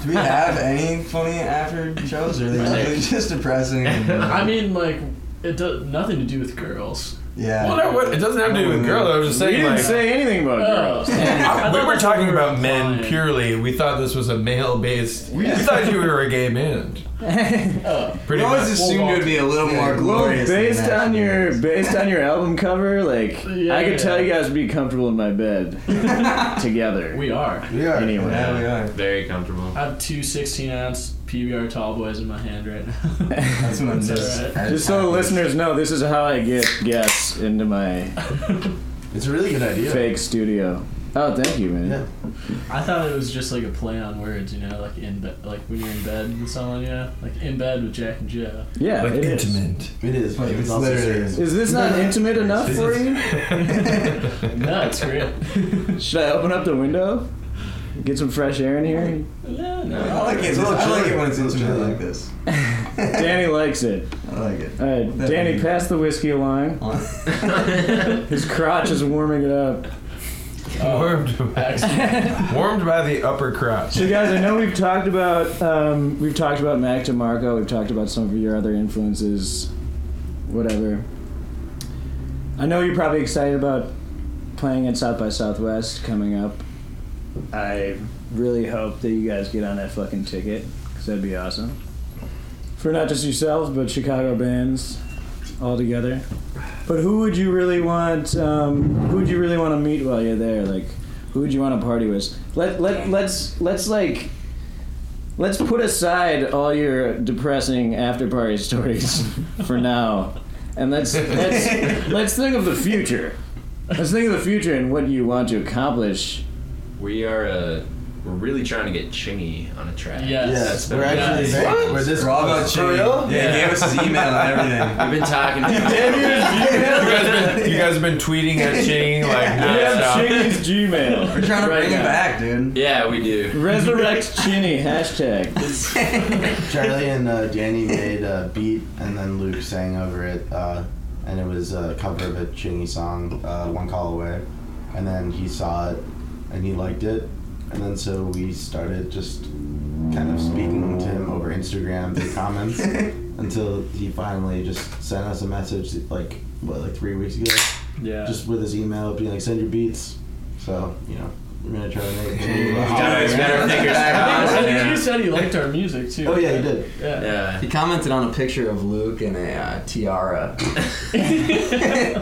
Speaker 2: Do we have any funny after shows? Or are they usually just depressing?
Speaker 4: I mean, like it does nothing to do with girls.
Speaker 2: yeah.
Speaker 6: Well, no, what, it doesn't have to do
Speaker 2: Um,
Speaker 6: with girls. I was just
Speaker 1: We
Speaker 6: saying,
Speaker 1: didn't
Speaker 6: like,
Speaker 1: say anything about [LAUGHS] girls.
Speaker 6: I-
Speaker 4: Oh. I
Speaker 6: we
Speaker 4: thought
Speaker 6: were
Speaker 4: that's what
Speaker 6: talking
Speaker 4: we were
Speaker 6: about men
Speaker 4: implying.
Speaker 6: purely. We thought this was a male-based. We
Speaker 2: Yeah.
Speaker 6: thought you were a gay man. [LAUGHS]
Speaker 4: Oh.
Speaker 6: Pretty
Speaker 2: You always
Speaker 6: much.
Speaker 2: assumed it would be a little more
Speaker 1: Well,
Speaker 2: glorious. than
Speaker 1: based
Speaker 2: that.
Speaker 1: on your based on your album cover, like
Speaker 4: Yeah,
Speaker 1: I could
Speaker 4: yeah.
Speaker 1: tell you guys would be comfortable in my bed together.
Speaker 4: We are.
Speaker 3: yeah.
Speaker 1: anyway.
Speaker 2: Yeah, we are.
Speaker 5: Very comfortall.
Speaker 4: I have two 16 ounce PBR tall boys in my hand right now.
Speaker 2: That's what I'm
Speaker 4: That's
Speaker 2: just.
Speaker 4: alright.
Speaker 2: I
Speaker 1: Just so the
Speaker 2: have this.
Speaker 1: listeners know, this is how I get guests into my
Speaker 3: It's a really good idea.
Speaker 1: fake studio. Oh, thank you, man.
Speaker 3: Yeah.
Speaker 4: I thought it was just like a play on words, you know, like in bed, like when you're in bed with someone, you know, like in bed with Jack and Joe.
Speaker 1: Yeah,
Speaker 6: Like
Speaker 1: it is.
Speaker 6: intimate.
Speaker 3: It is. But
Speaker 2: It's
Speaker 3: it's also
Speaker 2: literally-
Speaker 3: serious.
Speaker 1: Is this not intimate enough for you?
Speaker 4: No, it's great.
Speaker 1: Should I open up the window? Get some fresh air in here?
Speaker 4: no,
Speaker 2: I
Speaker 4: no.
Speaker 2: like it. I like it when it's
Speaker 3: It's a
Speaker 2: intimate
Speaker 3: little chilly.
Speaker 2: like this.
Speaker 1: Danny likes it.
Speaker 2: I like it.
Speaker 1: All right,
Speaker 2: That'd
Speaker 1: Danny,
Speaker 2: be-
Speaker 1: pass the whiskey along. His crotch is warming it up.
Speaker 6: [LAUGHS] Warmed,
Speaker 1: [LAUGHS]
Speaker 6: by,
Speaker 4: Excellent.
Speaker 6: warmed by the upper crotch.
Speaker 1: So, guys, I know we've talked about um, we've talked about Mac DeMarco. We've talked about some of your other influences, whatever. I know you're probably excited about playing at South by Southwest coming up. I really hope that you guys get on that fucking ticket because that'd be awesome for not just yourselves but Chicago bands all together. But who would you really want? Um, who would you really want to meet while you're there? Like, who would you want to party with? Let let let's let's like. Let's put aside all your depressing after party [LAUGHS] stories for now, and let's let's let's think of the future. Let's think of the future and what you want to accomplish.
Speaker 5: We are uh, we're really trying to get Chingy on a track.
Speaker 4: Yes.
Speaker 3: Yes, we're
Speaker 5: better.
Speaker 3: actually
Speaker 5: Yeah.
Speaker 3: very,
Speaker 5: What?
Speaker 3: we're this
Speaker 2: We're all about
Speaker 3: close.
Speaker 2: Jimmy.
Speaker 6: real?
Speaker 2: Yeah, he
Speaker 5: Yeah.
Speaker 2: gave us
Speaker 6: [LAUGHS]
Speaker 2: his email and everything.
Speaker 5: [LAUGHS] I've been talking to
Speaker 6: You guys, been, you guys have been tweeting at Ching like
Speaker 1: We have
Speaker 6: nonstop.
Speaker 1: Chinny's Gmail.
Speaker 2: [LAUGHS] We're trying to
Speaker 1: right
Speaker 2: bring him
Speaker 1: now.
Speaker 2: back, dude.
Speaker 5: [LAUGHS] Yeah, we do.
Speaker 1: Resurrect Chinny hashtag.
Speaker 3: Charlie and uh, Danny made a beat, and then Luke sang over it, uh, and it was a cover of a Chingy song, uh, "One Call Away," and then he saw it, and he liked it, and then so we started just kind of speaking to him over Instagram through comments until he finally just sent us a message like what like three weeks ago,
Speaker 4: Yeah.
Speaker 3: just with his email being like, "Send your beats," so you know. We're gonna try to make
Speaker 5: Gotta-
Speaker 3: it.
Speaker 5: Always got our
Speaker 3: [LAUGHS]
Speaker 2: back
Speaker 4: I
Speaker 5: fingers
Speaker 4: think,
Speaker 2: on,
Speaker 4: I think
Speaker 2: yeah.
Speaker 4: you said he liked our music too.
Speaker 3: Oh yeah, he did.
Speaker 4: Yeah.
Speaker 5: Yeah.
Speaker 2: He commented on a picture of Luke and a uh, tiara.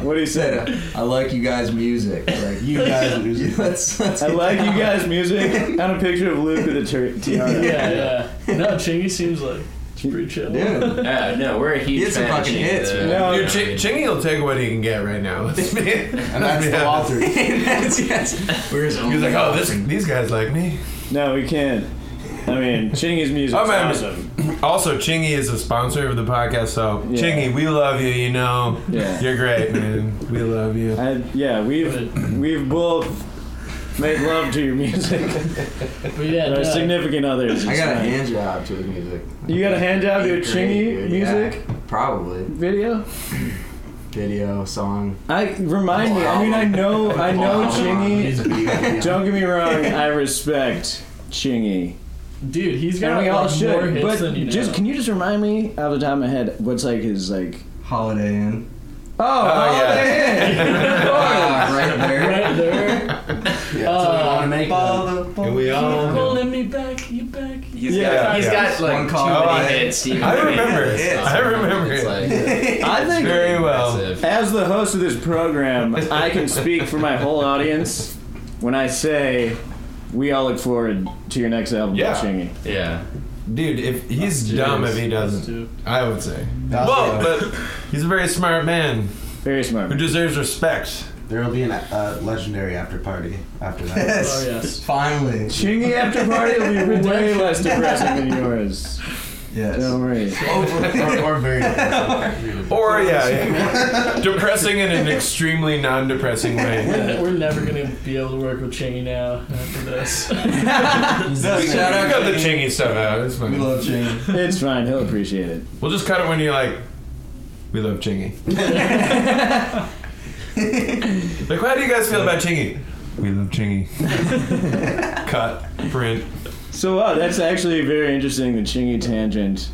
Speaker 1: What do you say?
Speaker 2: Said, I like you guys' music. Like you, [LAUGHS]
Speaker 3: You
Speaker 5: [LAUGHS]
Speaker 3: guys, it was-
Speaker 2: let's, let's
Speaker 1: I
Speaker 2: get
Speaker 1: like
Speaker 2: down.
Speaker 1: you guys' music. On a picture of Luke with a ti- tiara.
Speaker 4: Yeah, yeah. No, Chingy seems like it's pretty chill.
Speaker 2: Dude, [LAUGHS]
Speaker 5: Yeah, no, we're a huge
Speaker 2: He had some
Speaker 5: fan of
Speaker 2: fucking
Speaker 5: Chingy,
Speaker 2: hits,
Speaker 5: though.
Speaker 1: man. No,
Speaker 6: Dude, Ching, Chingy will take what he can get right now. [LAUGHS] Let's be-
Speaker 3: and that's the
Speaker 6: Yeah.
Speaker 3: Walter.
Speaker 2: that's, yes. We're his
Speaker 6: He's
Speaker 2: only-
Speaker 6: like, oh, this, these guys like me.
Speaker 1: No, we can't. I mean, Chingy's music
Speaker 6: Oh, man.
Speaker 1: awesome.
Speaker 6: Also, Chingy is a sponsor of the podcast, so
Speaker 1: Yeah.
Speaker 6: Chingy, we love you. You know,
Speaker 1: Yeah.
Speaker 6: you're great, man. We love you.
Speaker 1: I, yeah, we've we've both made love to your music.
Speaker 4: [LAUGHS] But yeah,
Speaker 1: Our
Speaker 4: no.
Speaker 1: significant others.
Speaker 2: I
Speaker 1: it's
Speaker 2: got a
Speaker 1: fine.
Speaker 2: hand job to his music.
Speaker 1: You got a hand job to a
Speaker 2: Great,
Speaker 1: Chingy
Speaker 2: dude,
Speaker 1: music
Speaker 2: yeah. probably
Speaker 1: video?
Speaker 2: video song.
Speaker 1: I remind me. I mean, I know, I know Chingy. Don't
Speaker 4: [LAUGHS]
Speaker 1: get me wrong. I respect Chingy.
Speaker 4: dude, he's
Speaker 1: And
Speaker 4: got
Speaker 1: we
Speaker 4: like,
Speaker 1: all
Speaker 4: more
Speaker 1: should.
Speaker 4: hits
Speaker 1: But
Speaker 4: than you
Speaker 1: just
Speaker 4: know.
Speaker 1: can you just remind me out of the top of my head what's like his like?
Speaker 2: Holiday Inn.
Speaker 1: Oh,
Speaker 6: yeah.
Speaker 1: Holiday Inn.
Speaker 6: [LAUGHS]
Speaker 2: Ah, right there.
Speaker 4: [LAUGHS] right there.
Speaker 3: Yeah, so we want to make them.
Speaker 6: And we
Speaker 4: Keep
Speaker 6: all.
Speaker 4: pulling Uh, me back, you back.
Speaker 5: He's
Speaker 1: Yeah.
Speaker 5: got, he's
Speaker 6: Yeah.
Speaker 5: got like
Speaker 2: One
Speaker 5: too
Speaker 2: call
Speaker 5: many
Speaker 6: away.
Speaker 5: hits. Even
Speaker 6: I
Speaker 5: if he
Speaker 6: remember
Speaker 5: hits
Speaker 6: it.
Speaker 5: a
Speaker 6: I
Speaker 5: song.
Speaker 6: remember
Speaker 5: It's
Speaker 6: it.
Speaker 5: like,
Speaker 1: I think
Speaker 6: Very well.
Speaker 5: impressive.
Speaker 1: As the host of this program, I can speak for my whole audience when I say we all look forward to your next album,
Speaker 6: Yeah.
Speaker 1: Chingy.
Speaker 5: Yeah.
Speaker 6: Dude, if he's dumb if he doesn't,
Speaker 4: Dude.
Speaker 6: I would say.
Speaker 3: Yeah.
Speaker 6: Well, but he's a very smart man
Speaker 1: Very smart.
Speaker 6: who deserves respect.
Speaker 3: There will be a uh, legendary after party after
Speaker 5: [LAUGHS]
Speaker 3: that.
Speaker 4: Oh
Speaker 2: Yes.
Speaker 4: yes.
Speaker 2: Finally.
Speaker 1: Chingy after party will be way less depressing than yours.
Speaker 3: Yes.
Speaker 1: Don't worry.
Speaker 3: or, or very
Speaker 6: Or yeah, yeah. depressing in an extremely non-depressing way.
Speaker 4: [LAUGHS] We're never gonna be able to work with Chingy now after this.
Speaker 6: I
Speaker 2: Shout out
Speaker 6: got the chingy stuff out. It's fine.
Speaker 3: We love Jane.
Speaker 1: It's fine. He'll appreciate it.
Speaker 6: We'll just cut it when you're like, we love chingy. like, how do you guys feel about chingy? We love chingy. [LAUGHS] cut. Print.
Speaker 1: So wow, that's actually very interesting. The Chingy tangent.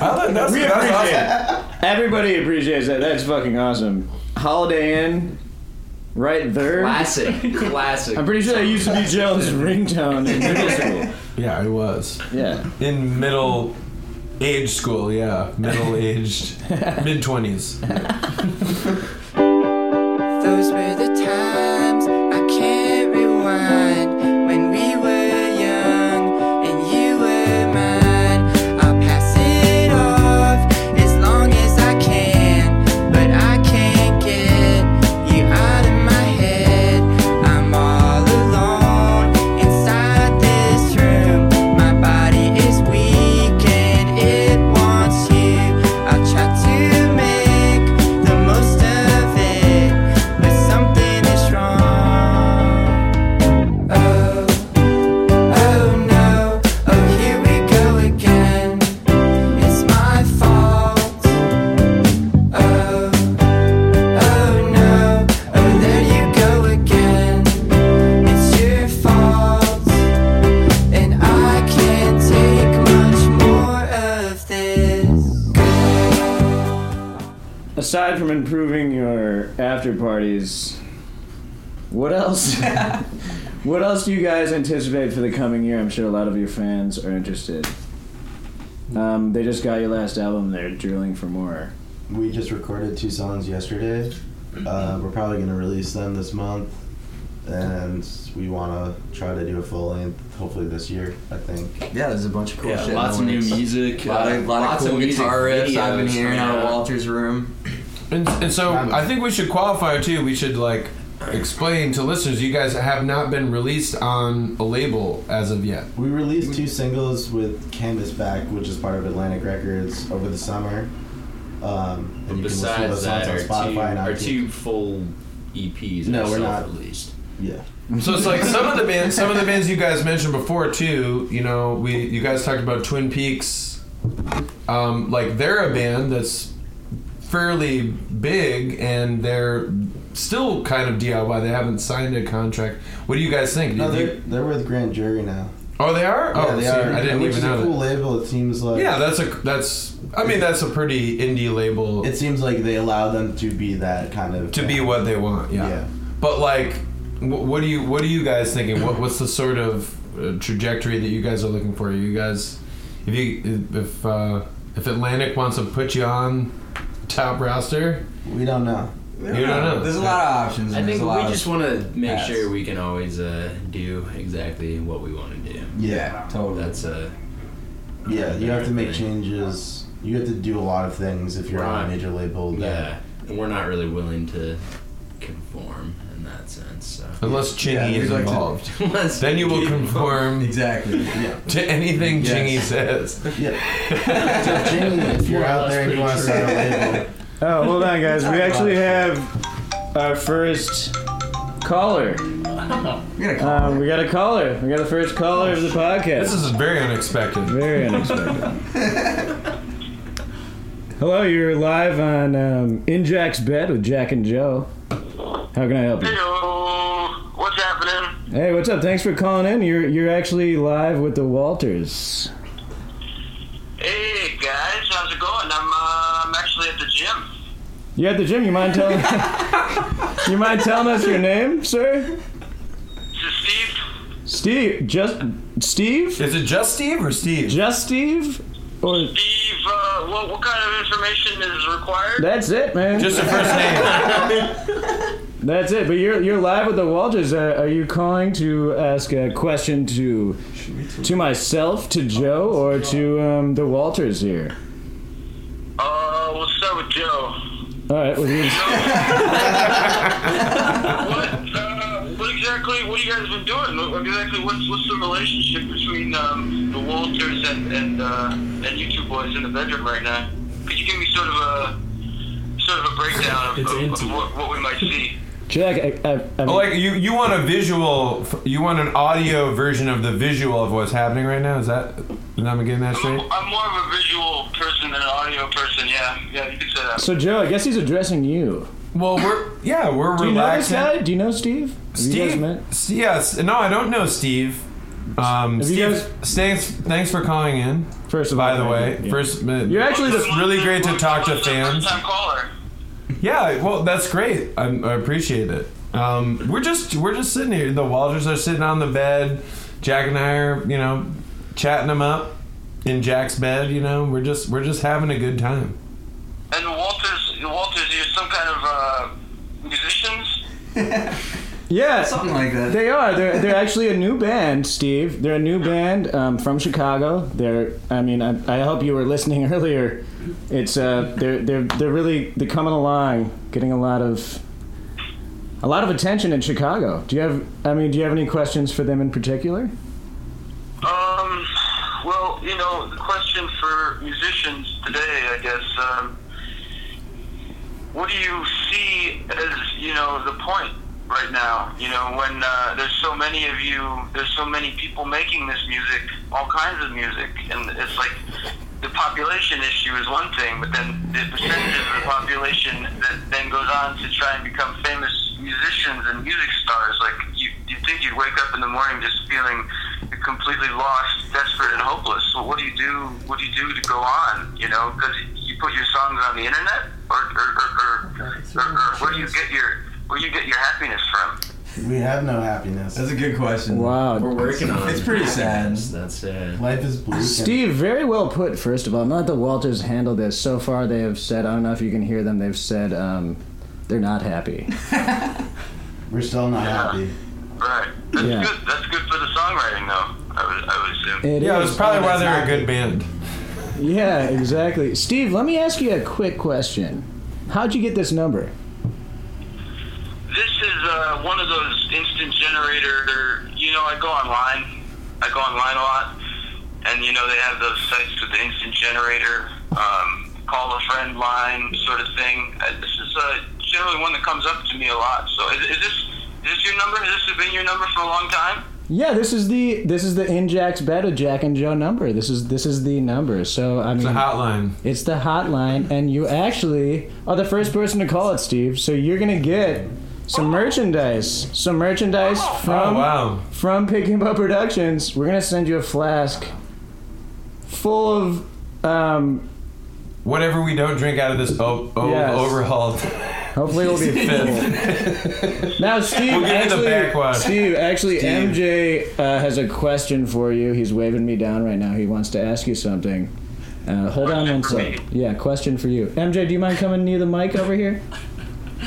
Speaker 6: I like that's,
Speaker 1: We
Speaker 6: that's
Speaker 1: appreciate
Speaker 6: awesome.
Speaker 1: it. Everybody appreciates that. That's fucking awesome. Holiday Inn, right there.
Speaker 5: Classic, classic.
Speaker 1: I'm pretty sure that used to be Jones' ringtone in middle [LAUGHS] school.
Speaker 6: Yeah, I was
Speaker 1: Yeah.
Speaker 6: in middle age school. Yeah, middle aged, mid twenties.
Speaker 7: Those were the times I can't rewind when we were young and you were mine. I'll pass it off as long as I can, but I can't get you out of my head. I'm all alone inside this room. My body is weak and it wants you. I'll try to make the most of it, but something is wrong. Oh, oh no, oh here we go again. It's my fault. Oh, oh no, oh there you go again. It's your fault, and I can't take much more of this.
Speaker 1: Aside from improving your after parties, what else? [LAUGHS] what else do you guys anticipate for the coming year? I'm sure a lot of your fans are interested. Um, they just got your last album. They're drilling for more.
Speaker 3: We just recorded two songs yesterday. Uh, we're probably going to release them this month. And we want to try to do a full length, hopefully this year, I think.
Speaker 2: Yeah, there's a bunch of cool
Speaker 5: yeah,
Speaker 2: shit.
Speaker 5: lots of
Speaker 2: in the
Speaker 5: new
Speaker 2: works. [LAUGHS]
Speaker 5: music.
Speaker 2: Lot
Speaker 5: uh,
Speaker 2: of, lot
Speaker 5: lots
Speaker 2: of cool
Speaker 5: music
Speaker 2: guitar riffs I've been
Speaker 5: videos,
Speaker 2: hearing out of
Speaker 5: yeah.
Speaker 2: Walter's room.
Speaker 6: And, and so
Speaker 3: Kind of.
Speaker 6: I think we should qualify too. We should like explain to listeners you guys have not been released on a label as of yet.
Speaker 3: We released two singles with Canvasback, which is part of Atlantic Records, over the summer. Um, and you can listen to
Speaker 5: Besides
Speaker 3: those
Speaker 5: that,
Speaker 3: songs
Speaker 5: are
Speaker 3: on Spotify
Speaker 5: two,
Speaker 3: and
Speaker 5: are
Speaker 3: iTunes.
Speaker 5: two full EPs.
Speaker 3: No,
Speaker 5: are
Speaker 3: we're not.
Speaker 5: self-released.
Speaker 3: Yeah.
Speaker 6: So it's like some of the bands, some of the bands you guys mentioned before too. You know, we you guys talked about Twin Peaks. Um, like they're a band that's fairly big and they're still kind of DIY. They haven't signed a contract. What do you guys think? Do
Speaker 3: No,
Speaker 6: you
Speaker 3: they're,
Speaker 6: think-
Speaker 3: they're with Grand Jury now.
Speaker 6: oh, they are. oh,
Speaker 3: yeah, they
Speaker 6: see,
Speaker 3: are.
Speaker 6: I didn't
Speaker 3: which
Speaker 6: even
Speaker 3: is
Speaker 6: know
Speaker 3: a
Speaker 6: that.
Speaker 3: cool uh, label. It seems like
Speaker 6: Yeah, that's a that's. I mean, that's a pretty indie label
Speaker 3: It seems like they allow them to be that kind of
Speaker 6: to be what they want. Yeah.
Speaker 3: Yeah.
Speaker 6: But like, wh- what do you what are you guys thinking? What what's the sort of uh, trajectory that you guys are looking for? you guys, if you if uh, if Atlantic wants to put you on top roster,
Speaker 3: We don't know.
Speaker 6: You don't know.
Speaker 2: There's a lot of options.
Speaker 5: I
Speaker 2: and
Speaker 5: think
Speaker 2: there's a
Speaker 5: we
Speaker 2: lot of-
Speaker 5: just want to make
Speaker 2: paths.
Speaker 5: sure we can always uh, do exactly what we want to do.
Speaker 2: Yeah, totally.
Speaker 5: That's uh,
Speaker 3: Yeah, you have to make changes. You have to do a lot of things if you're on a
Speaker 5: Right.
Speaker 3: major label. That,
Speaker 5: yeah, and we're not really willing to conform in that sense. So.
Speaker 6: unless Chingy
Speaker 3: Yeah,
Speaker 6: is
Speaker 3: we'd like to-
Speaker 6: involved,
Speaker 5: Unless
Speaker 6: then you will
Speaker 5: we- [LAUGHS]
Speaker 6: conform
Speaker 2: exactly. Yeah.
Speaker 6: to anything
Speaker 3: Yes.
Speaker 6: Chingy says.
Speaker 3: Yeah.
Speaker 6: [LAUGHS]
Speaker 3: so, Jamie, if you're
Speaker 4: More or
Speaker 3: out
Speaker 4: less
Speaker 3: there and you
Speaker 4: pretty
Speaker 3: want to
Speaker 4: true.
Speaker 3: start a label,
Speaker 1: Oh, hold on, guys. [LAUGHS] We actually have our first caller.
Speaker 2: We gotta call.
Speaker 1: Um, [LAUGHS] we got a caller. We got the first caller of the podcast.
Speaker 6: This is very unexpected.
Speaker 1: Very unexpected. Hello, you're live on um, In Jack's Bed with Jack and Joe. How can I help you?
Speaker 8: Hello, what's happening?
Speaker 1: Hey, what's up? Thanks for calling in. You're you're actually live with the Walters.
Speaker 8: Hey guys, how's it going? I'm uh, I'm actually at the gym.
Speaker 1: You at the gym? You mind telling? [LAUGHS] you mind telling us your name, sir?
Speaker 8: This is Steve.
Speaker 1: Steve. Just Steve?
Speaker 6: Is it just Steve or Steve?
Speaker 1: Just Steve? Or
Speaker 8: Steve, uh, what what kind of information is required?
Speaker 1: that's it, man.
Speaker 6: Just a
Speaker 3: [LAUGHS]
Speaker 6: first name.
Speaker 1: That's it. But you're you're live with the Walters. Uh, are you calling to ask a question to to myself, to Joe, or to um, the Walters here?
Speaker 8: Uh, we'll start with Joe.
Speaker 1: All right. Well, you-
Speaker 8: [LAUGHS] What uh, what exactly? What you guys been doing? exactly what's what's the relationship between um, the Walters and and uh, and you two boys in the bedroom right now? Could you give me sort of a sort of a breakdown of,
Speaker 4: It's
Speaker 8: of, of
Speaker 4: intimate.
Speaker 8: what, what we might see?
Speaker 1: Jack, I, I, I
Speaker 9: Oh, like you, you want a visual, you want an audio version of the visual of what's happening right now. Is that? Am I getting that
Speaker 8: I'm,
Speaker 9: straight?
Speaker 8: I'm more of a visual person than an audio person. Yeah, yeah, you could say that.
Speaker 1: so Joe, I guess he's addressing you.
Speaker 9: Well, we're yeah, we're
Speaker 1: Do you know this
Speaker 9: relaxing.
Speaker 1: guy? Do you know Steve? Have you guys
Speaker 9: Steve,
Speaker 1: met?
Speaker 9: S- yes, no, I don't know Steve. Um,
Speaker 1: Have you
Speaker 9: Steve,
Speaker 1: guys-
Speaker 9: thanks, thanks for calling in.
Speaker 1: First of
Speaker 9: By
Speaker 1: all,
Speaker 9: the way,
Speaker 1: yeah.
Speaker 9: first, you're
Speaker 1: actually
Speaker 9: it's really great to talk to
Speaker 8: First time-
Speaker 9: fans.
Speaker 8: first time caller.
Speaker 9: Yeah, well, that's great. I, I appreciate it. Um, we're just we're just sitting here. The Walters are sitting on the bed. Jack and I are, you know, chatting them up in Jack's bed. You know, we're just we're just having a good time.
Speaker 8: And Walters, Walters, you're some kind of uh, musicians.
Speaker 1: Yeah,
Speaker 2: Something like that.
Speaker 1: They are. They're they're actually a new band, Steve. They're a new band um, from Chicago. They're. I mean, I, I hope you were listening [LAUGHS] earlier. It's. Uh, they're they're they're really they're coming along, getting a lot of. A lot of attention in Chicago. Do you have? I mean, do you have any questions for them in particular?
Speaker 8: Um, well, you know, the question for musicians today, I guess, um, what do you see as, you know, the point right now? You know, when uh, there's so many of you, there's so many people making this music, all kinds of music, and it's like the population issue is one thing, but then the percentage of the population that then goes on to try and become famous musicians and music stars, like you, you think you'd wake up in the morning just feeling you're completely lost, desperate, and hopeless. Well, what do you do? What do you do to go on? You know, because you put your songs on the internet, or or, or, or, or, or where do you get your where do you get your happiness from?
Speaker 3: We have no happiness.
Speaker 2: That's a good question.
Speaker 5: We're
Speaker 1: Wow,
Speaker 5: working on.
Speaker 2: It's pretty sad.
Speaker 5: That's, that's it.
Speaker 3: Life is bleak. and-
Speaker 1: Steve, very well put. First of all, I'm not the Walters handle this. So far, they have said. I don't know if you can hear them. They've said um, they're not happy.
Speaker 3: We're still not happy.
Speaker 8: Right. That's
Speaker 1: Yeah.
Speaker 8: good. That's good for the songwriting, though. I would I would assume.
Speaker 1: It
Speaker 9: Yeah,
Speaker 1: is-
Speaker 9: it's probably why they're a good band.
Speaker 1: Yeah, exactly. Steve, let me ask you a quick question. How'd you get this number?
Speaker 8: This is uh, one of those instant generator. You know, I go online. I go online a lot, and you know they have those sites with the instant generator, um, call a friend line sort of thing. Uh, this is uh, generally one that comes up to me a lot. So is, is this is this your number? Has this been your number for a long time?
Speaker 1: Yeah, this is the this is the in Jack's bed of Jack and Joe number. This is this is the number. So I
Speaker 9: It's
Speaker 1: mean,
Speaker 9: a hotline.
Speaker 1: it's the hotline, and you actually are the first person to call it, Steve. So you're gonna get some merchandise, some merchandise
Speaker 9: Oh
Speaker 1: from
Speaker 9: wow!
Speaker 1: from Picking Up Productions. We're gonna send you a flask full of um,
Speaker 9: Whatever we don't drink out of this o- o-
Speaker 1: Yes.
Speaker 9: overhauled
Speaker 1: Hopefully it'll be full. now, Steve,
Speaker 9: We'll give you
Speaker 1: actually,
Speaker 9: the backwash.
Speaker 1: Steve, actually, MJ uh, has a question for you. He's waving me down right now. He wants to ask you something. Uh, hold on one
Speaker 8: Question for
Speaker 1: sec.
Speaker 8: me?
Speaker 1: Yeah, question for you. MJ, do you mind coming near the mic over here?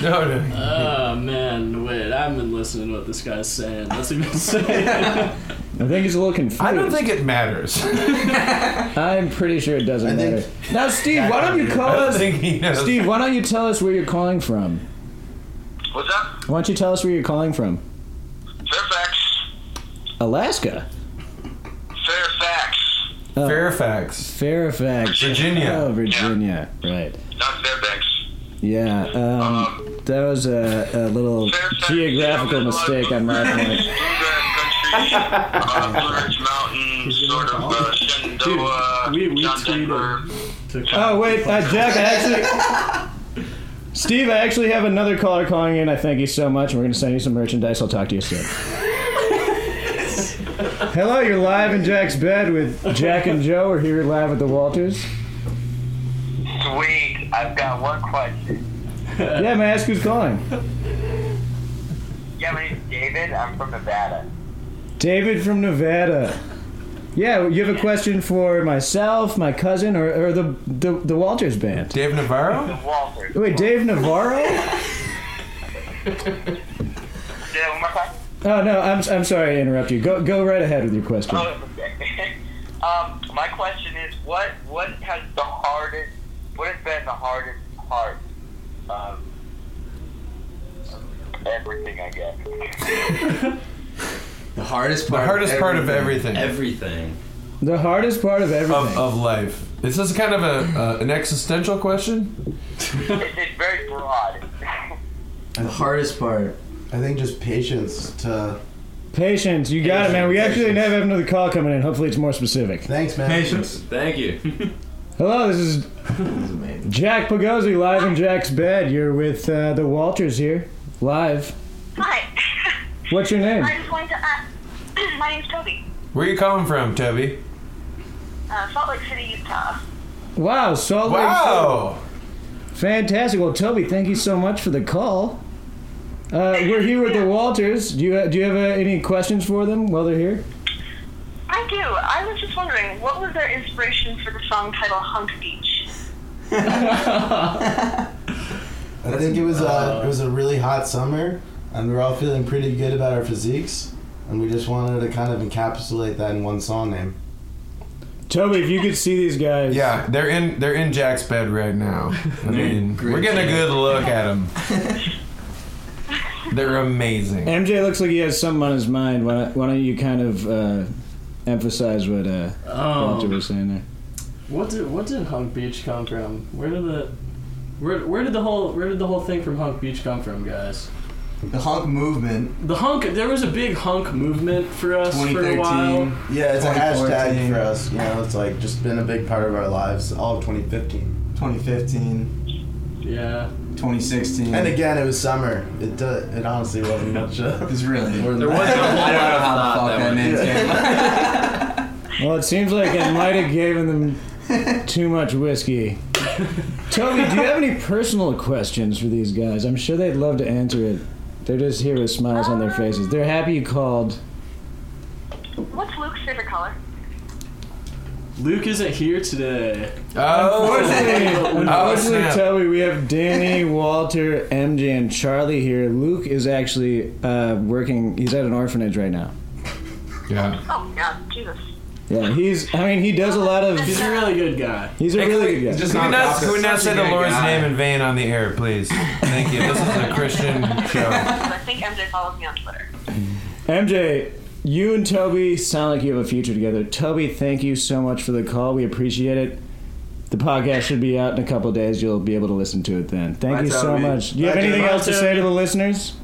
Speaker 9: no, no.
Speaker 4: Oh man, wait! I've been listening to what this guy's saying. What's he been
Speaker 8: [LAUGHS]
Speaker 4: saying?
Speaker 1: I think he's a little confused.
Speaker 9: I don't think it matters.
Speaker 1: I'm pretty sure it doesn't
Speaker 3: I think-
Speaker 1: matter. now, Steve, why don't you call
Speaker 9: I don't
Speaker 1: us?
Speaker 9: think he knows.
Speaker 1: Steve, why don't you tell us where you're calling from?
Speaker 8: What's up?
Speaker 1: Why don't you tell us where you're calling from?
Speaker 8: Fairfax.
Speaker 1: Alaska.
Speaker 8: Fairfax.
Speaker 1: Oh,
Speaker 9: Fairfax,
Speaker 1: Fairfax.
Speaker 9: Virginia.
Speaker 1: Oh, Virginia. Right.
Speaker 8: Not Fairfax.
Speaker 1: Yeah, um, that was a, a little
Speaker 8: Fairfax,
Speaker 1: geographical
Speaker 8: Yosemite
Speaker 1: mistake on my
Speaker 8: Lodge,
Speaker 1: part.
Speaker 8: Bluegrass Country,
Speaker 4: [LAUGHS]
Speaker 8: uh, Blue Ridge Mountain, sort of uh, Shenandoah,
Speaker 4: Dude, we- we
Speaker 8: John
Speaker 4: tweeted.
Speaker 8: Denver.
Speaker 1: Oh wait, uh, Jack, I actually, Steve, I actually have another caller calling in. I thank you so much, and we're gonna send you some merchandise. I'll talk to you soon. Hello, you're live in Jack's bed with Jack and Joe. We're here live at the Walters.
Speaker 8: Sweet. I've got one question.
Speaker 1: Yeah, may I ask who's calling?
Speaker 8: Yeah, my name's David. I'm from Nevada.
Speaker 1: David from Nevada. Yeah, you have a question for myself, my cousin, or, or the, the the Walters band.
Speaker 9: Dave Navarro.
Speaker 8: Walter.
Speaker 1: Wait, Dave Navarro?
Speaker 8: Yeah, one more time.
Speaker 1: Oh no, I'm I'm sorry to interrupt you. Go go right ahead with your question.
Speaker 8: Oh, it's okay. [LAUGHS] um, my question is, what what has the hardest, what has been the hardest part of everything? I guess.
Speaker 2: The hardest
Speaker 9: The
Speaker 2: part.
Speaker 9: hardest
Speaker 2: of
Speaker 9: part of everything
Speaker 5: Everything.
Speaker 1: The hardest part of everything.
Speaker 9: of, of life. Is this kind of a uh, an existential question?
Speaker 8: It, it's very broad. [LAUGHS]
Speaker 2: The hardest part.
Speaker 3: I think just patience to.
Speaker 9: Oh.
Speaker 1: Patience, you got it, man. We actually never have another call coming in. Hopefully, it's more specific.
Speaker 3: Thanks, man.
Speaker 5: Thank you.
Speaker 1: Hello,
Speaker 9: [LAUGHS]
Speaker 1: this is Jack Pagozzi live in Jack's bed. You're with uh, the Walters here, live.
Speaker 10: Hi.
Speaker 1: What's your name?
Speaker 10: I just wanted to ask. [CLEARS THROAT] My name's Toby.
Speaker 9: Where you calling from, Toby?
Speaker 10: Uh, Salt Lake City, Utah.
Speaker 1: Wow, Salt Lake.
Speaker 9: Wow!
Speaker 1: Fantastic. Well, Toby, thank you so much for the call. Uh, we're here with the Walters. Do you do you have uh, any questions for them while they're here?
Speaker 10: I do. I was just wondering, what was their inspiration for the song title Hunk Beach?
Speaker 3: I think it was uh, it was a really hot summer, and we were all feeling pretty good about our physiques, and we just wanted to kind of encapsulate that in one song name.
Speaker 1: Toby, if you could see these guys.
Speaker 9: Yeah, they're in they're in Jack's bed right now. I mean,
Speaker 2: great
Speaker 9: we're getting a
Speaker 2: shape.
Speaker 9: good look at them. they're amazing.
Speaker 1: MJ looks like he has something on his mind. Why don't, why don't you kind of uh, emphasize what uh, Walter
Speaker 4: Um,
Speaker 1: was saying there?
Speaker 4: what did what did Hunk Beach come from? Where did the where, where did the whole where did the whole thing from Hunk Beach come from, guys?
Speaker 2: The hunk movement.
Speaker 4: The hunk there was a big hunk movement for us for a while.
Speaker 2: 2013.
Speaker 3: Yeah, it's a
Speaker 2: 2014.
Speaker 3: hashtag for us. You know, it's like just been a big part of our lives all of 2015.
Speaker 2: 2015.
Speaker 4: Yeah.
Speaker 2: 2016.
Speaker 3: And again, it was summer. It do, it honestly wasn't much. Of,
Speaker 2: It's really.
Speaker 5: There wasn't a whole
Speaker 2: [LAUGHS] I
Speaker 5: lot
Speaker 2: don't know how the fuck
Speaker 5: of thought that
Speaker 2: that
Speaker 5: went
Speaker 2: name
Speaker 5: into
Speaker 2: came.
Speaker 1: Well, it seems like it might have given them too much whiskey. Toby, do you have any personal questions for these guys? I'm sure they'd love to answer it. They're just here with smiles on their faces. They're happy you called.
Speaker 10: What's Luke's favorite color?
Speaker 4: Luke isn't here today.
Speaker 9: Oh,
Speaker 1: Unfortunately,
Speaker 9: snap.
Speaker 1: Toby, we have Danny, Walter, MJ, and Charlie here. Luke is actually uh, working. He's at an orphanage right now.
Speaker 9: yeah.
Speaker 10: Oh, God, Jesus.
Speaker 1: Yeah, he's. I mean, he does a lot of.
Speaker 4: He's a really good guy.
Speaker 1: He's a really good guy.
Speaker 9: Can we not, can we not
Speaker 2: Such a
Speaker 9: say the
Speaker 2: good
Speaker 9: Lord's
Speaker 2: guy.
Speaker 9: name in vain on the air, please? Thank you. This is a Christian show.
Speaker 10: I think MJ follows me on Twitter.
Speaker 1: MJ, you and Toby sound like you have a future together. Toby, thank you so much for the call. We appreciate it. The podcast should be out in a couple of days. You'll be able to listen to it then. Thank
Speaker 2: Bye,
Speaker 1: you so
Speaker 2: Toby.
Speaker 1: much. Do you have
Speaker 4: Bye,
Speaker 1: anything
Speaker 4: Toby.
Speaker 1: else to say to the listeners?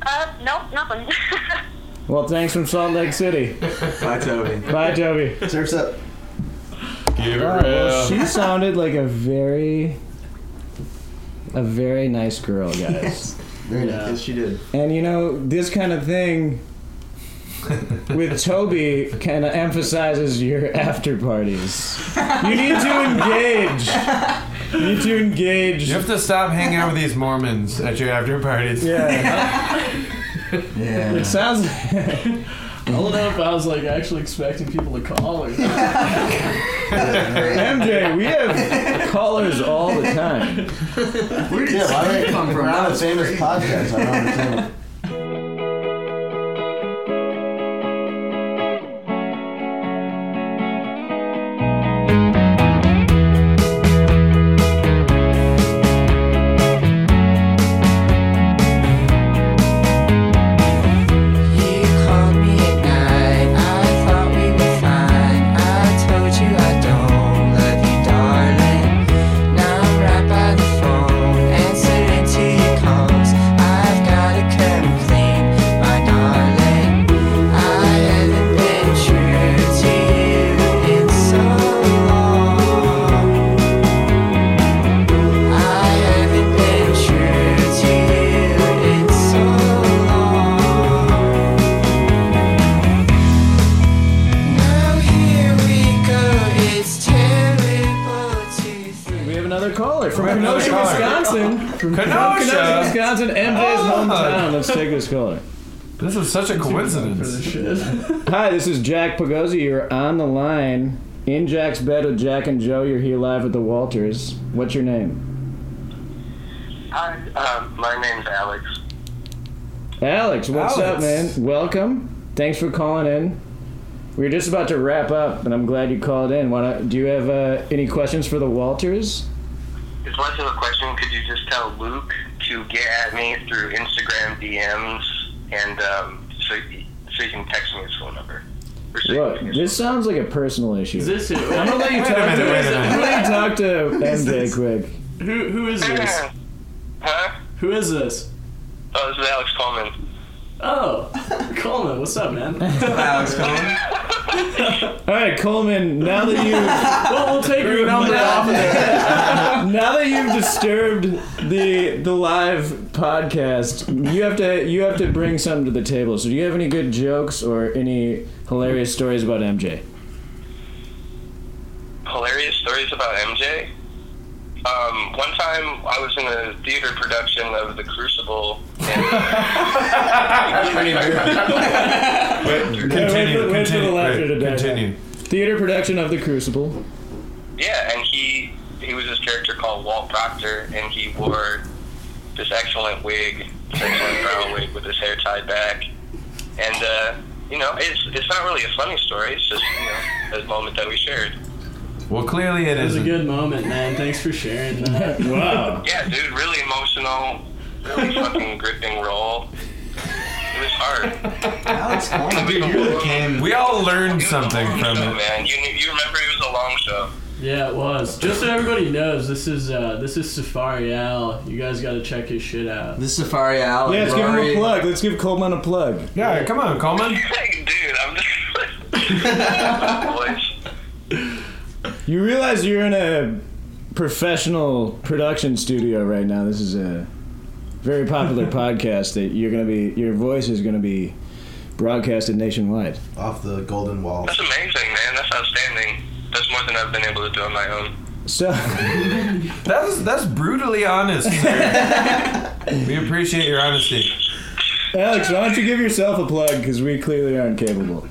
Speaker 10: Uh, nope, nothing. [LAUGHS]
Speaker 1: Well, thanks from Salt Lake City.
Speaker 2: Bye, Toby.
Speaker 1: Bye, Toby.
Speaker 3: [LAUGHS] surfs up.
Speaker 9: Give it
Speaker 1: Wow,
Speaker 9: real.
Speaker 1: well, she sounded like a very, a very nice girl, guys.
Speaker 3: Very nice.
Speaker 4: Yeah.
Speaker 2: Yes, she did.
Speaker 1: And you know, this kind of thing with Toby kind of emphasizes your after parties. You need to engage. You need to engage.
Speaker 9: You have to stop hanging out with these Mormons at your after parties.
Speaker 1: Yeah.
Speaker 2: Yeah.
Speaker 1: It sounds
Speaker 4: I don't know if I was like actually expecting people to call or not.
Speaker 1: MJ, we have callers all the time.
Speaker 2: Where did
Speaker 3: Yeah, why
Speaker 2: that come
Speaker 3: we're
Speaker 2: from?
Speaker 3: on a
Speaker 2: That
Speaker 3: famous
Speaker 2: was
Speaker 3: podcast. I don't understand.
Speaker 7: You called me at night. I thought we were fine. I told you I don't love you, darling. Now I'm right by the phone, answering to your calls. I've gotta come clean, my darling. I haven't been true to you in so long. I haven't been true to you in so long. Now here we go, it's terrible to think.
Speaker 1: We have another caller from
Speaker 9: another
Speaker 1: Kenosha,
Speaker 9: caller.
Speaker 1: Wisconsin. From Kenosha,
Speaker 9: Kenosha!
Speaker 1: Wisconsin, MJ's
Speaker 9: Oh.
Speaker 1: hometown. Let's take this caller.
Speaker 9: This is such a coincidence.
Speaker 1: Hi, this is Jack Pagozzi. You're on the line in Jack's bed with Jack and Joe. You're here live at the Walters. What's your name?
Speaker 8: Hi, um, my name's Alex.
Speaker 1: Alex, what's up,
Speaker 9: Alex.
Speaker 1: man? Welcome. Thanks for calling in. We are just about to wrap up, and I'm glad you called in. Why not, do you have uh, any questions for the Walters?
Speaker 8: It's less of a question. Could you just tell Luke to get at me through Instagram DMs and um, so so you can text me his phone number. Or so you
Speaker 1: Look,
Speaker 8: can-
Speaker 1: this sounds like a personal issue.
Speaker 4: Is this who?
Speaker 1: I'm gonna let you
Speaker 9: Wait a
Speaker 1: talk
Speaker 9: minute,
Speaker 1: to
Speaker 9: wait a
Speaker 1: I'm gonna [LAUGHS] let you talk
Speaker 4: [LAUGHS]
Speaker 1: to MJ quick.
Speaker 4: Who, who is this?
Speaker 8: Huh?
Speaker 4: Who is this?
Speaker 8: Oh, this is Alex Coleman.
Speaker 4: Oh, [LAUGHS] Coleman, what's up, man?
Speaker 2: Alex Cohen.
Speaker 1: All right, Coleman. Now that
Speaker 4: [LAUGHS]
Speaker 1: you
Speaker 4: Well, we'll take your number off of there.
Speaker 1: [LAUGHS] now that you've disturbed the the live podcast, you have to you have to bring something to the table. So, do you have any good jokes or any hilarious stories about MJ?
Speaker 8: hilarious stories about MJ. Um, one time I was in a theater production of The Crucible.
Speaker 9: Wait, continue.
Speaker 1: wait for the
Speaker 9: continue.
Speaker 1: laughter
Speaker 9: wait,
Speaker 1: to die.
Speaker 9: continue.
Speaker 1: Theater production of The Crucible.
Speaker 8: Yeah, and he he was this character called Walt Proctor, and he wore this excellent wig, this excellent brown wig with his hair tied back, and uh, you know it's it's not really a funny story. It's just you know a moment that we shared.
Speaker 9: Well, clearly it
Speaker 4: It was a
Speaker 9: isn't.
Speaker 4: good moment, man. Thanks for sharing
Speaker 1: [LAUGHS]
Speaker 4: that.
Speaker 1: Wow.
Speaker 8: Yeah, dude, really emotional,
Speaker 9: [LAUGHS]
Speaker 8: really fucking gripping role. It was hard.
Speaker 2: Alex Coleman, dude, you really came.
Speaker 9: we all learned
Speaker 8: It was a
Speaker 9: something
Speaker 8: long
Speaker 9: from
Speaker 8: show, [LAUGHS]
Speaker 9: it.
Speaker 8: man. You knew, you remember it was a long show. [LAUGHS]
Speaker 4: Yeah, it was. Just so everybody knows, this is uh, this is Safari Al. You guys got to check his shit out.
Speaker 2: This Safari Alex.
Speaker 1: Yeah, let's give him a plug. Let's give Coleman a plug.
Speaker 9: Yeah, come on, Coleman.
Speaker 8: Hey, dude, I'm
Speaker 9: [LAUGHS]
Speaker 8: just. Boys.
Speaker 1: You realize you're in a professional production studio right now. This is a very popular podcast that you're gonna be. Your voice is gonna be broadcasted nationwide.
Speaker 3: [LAUGHS] Off the golden wall.
Speaker 8: That's amazing, man. That's outstanding. That's more than I've been able to do on my own.
Speaker 1: So,
Speaker 9: That's that's brutally honest. [LAUGHS] sir. we appreciate your honesty.
Speaker 1: Alex, why don't you give yourself a plug? Because we clearly aren't capable.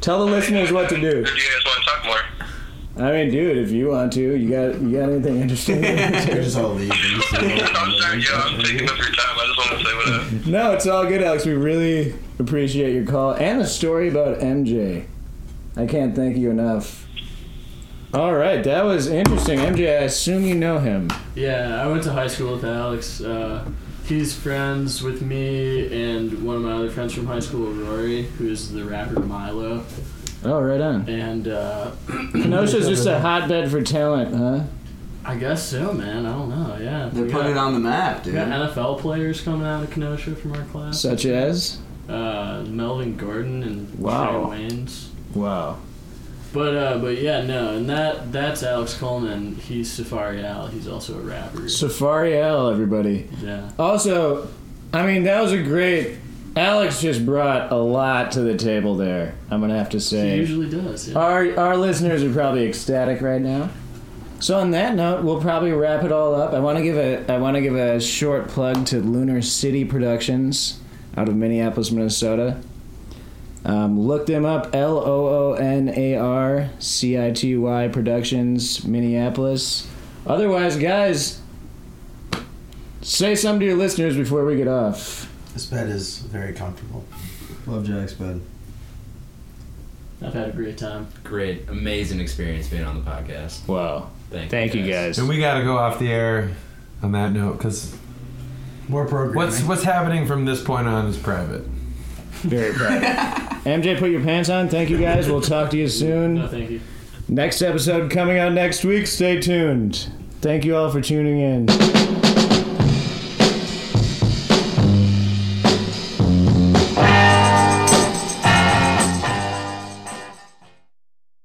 Speaker 1: Tell the listeners what to do.
Speaker 8: Or do you guys want to talk more?
Speaker 1: I mean, dude, if you want to, you got you got anything interesting?
Speaker 3: Here's all the.
Speaker 8: [LAUGHS] I'm sorry, yo. I'm taking up your time. I just want to say what up.
Speaker 1: no, it's all good, Alex. We really appreciate your call and the story about MJ. I can't thank you enough. All right, that was interesting, MJ. I assume you know him.
Speaker 4: Yeah, I went to high school with Alex. Uh, he's friends with me and one of my other friends from high school, Rory, who is the rapper Milo.
Speaker 1: Oh, right on.
Speaker 4: And uh,
Speaker 1: Kenosha's just a hotbed for talent, huh?
Speaker 4: I guess so, man. I don't know. Yeah,
Speaker 2: They're
Speaker 4: We
Speaker 2: putting it
Speaker 4: got-
Speaker 2: on the map,
Speaker 4: we
Speaker 2: dude.
Speaker 4: got NFL players coming out of Kenosha from our class.
Speaker 1: Such as
Speaker 4: Uh, Melvin Gordon and
Speaker 1: Wow.
Speaker 4: Trey Waynes.
Speaker 1: wow.
Speaker 4: But uh, but yeah, no, and that that's Alex Coleman. He's Safari Al. He's also a rapper.
Speaker 1: Safari L, everybody.
Speaker 4: yeah,
Speaker 1: Also, I mean, that was a great. Alex just brought a lot to the table there. I'm gonna have to
Speaker 4: he
Speaker 1: say,
Speaker 4: usually does. Yeah.
Speaker 1: our our listeners are probably ecstatic right now. So on that note, we'll probably wrap it all up. I want to give a I want to give a short plug to Lunar City Productions out of Minneapolis, Minnesota. Um, look them up. L O O N A R C I T Y Productions, Minneapolis. Otherwise, guys, say something to your listeners before we get off.
Speaker 3: This bed is very comfortable.
Speaker 2: Love Jack's bed.
Speaker 4: I've had a great time.
Speaker 5: Great, amazing experience being on the podcast.
Speaker 1: Wow.
Speaker 5: Thank,
Speaker 1: Thank you guys.
Speaker 9: And we gotta go off the air on that note because
Speaker 3: More programming.
Speaker 9: what's what's happening from this point on is private.
Speaker 1: Very proud.
Speaker 9: [LAUGHS]
Speaker 1: MJ, put your pants on. Thank you guys. We'll talk to you
Speaker 4: No,
Speaker 1: soon.
Speaker 4: thank you.
Speaker 1: Next episode coming out next week. Stay tuned. Thank you all for tuning in.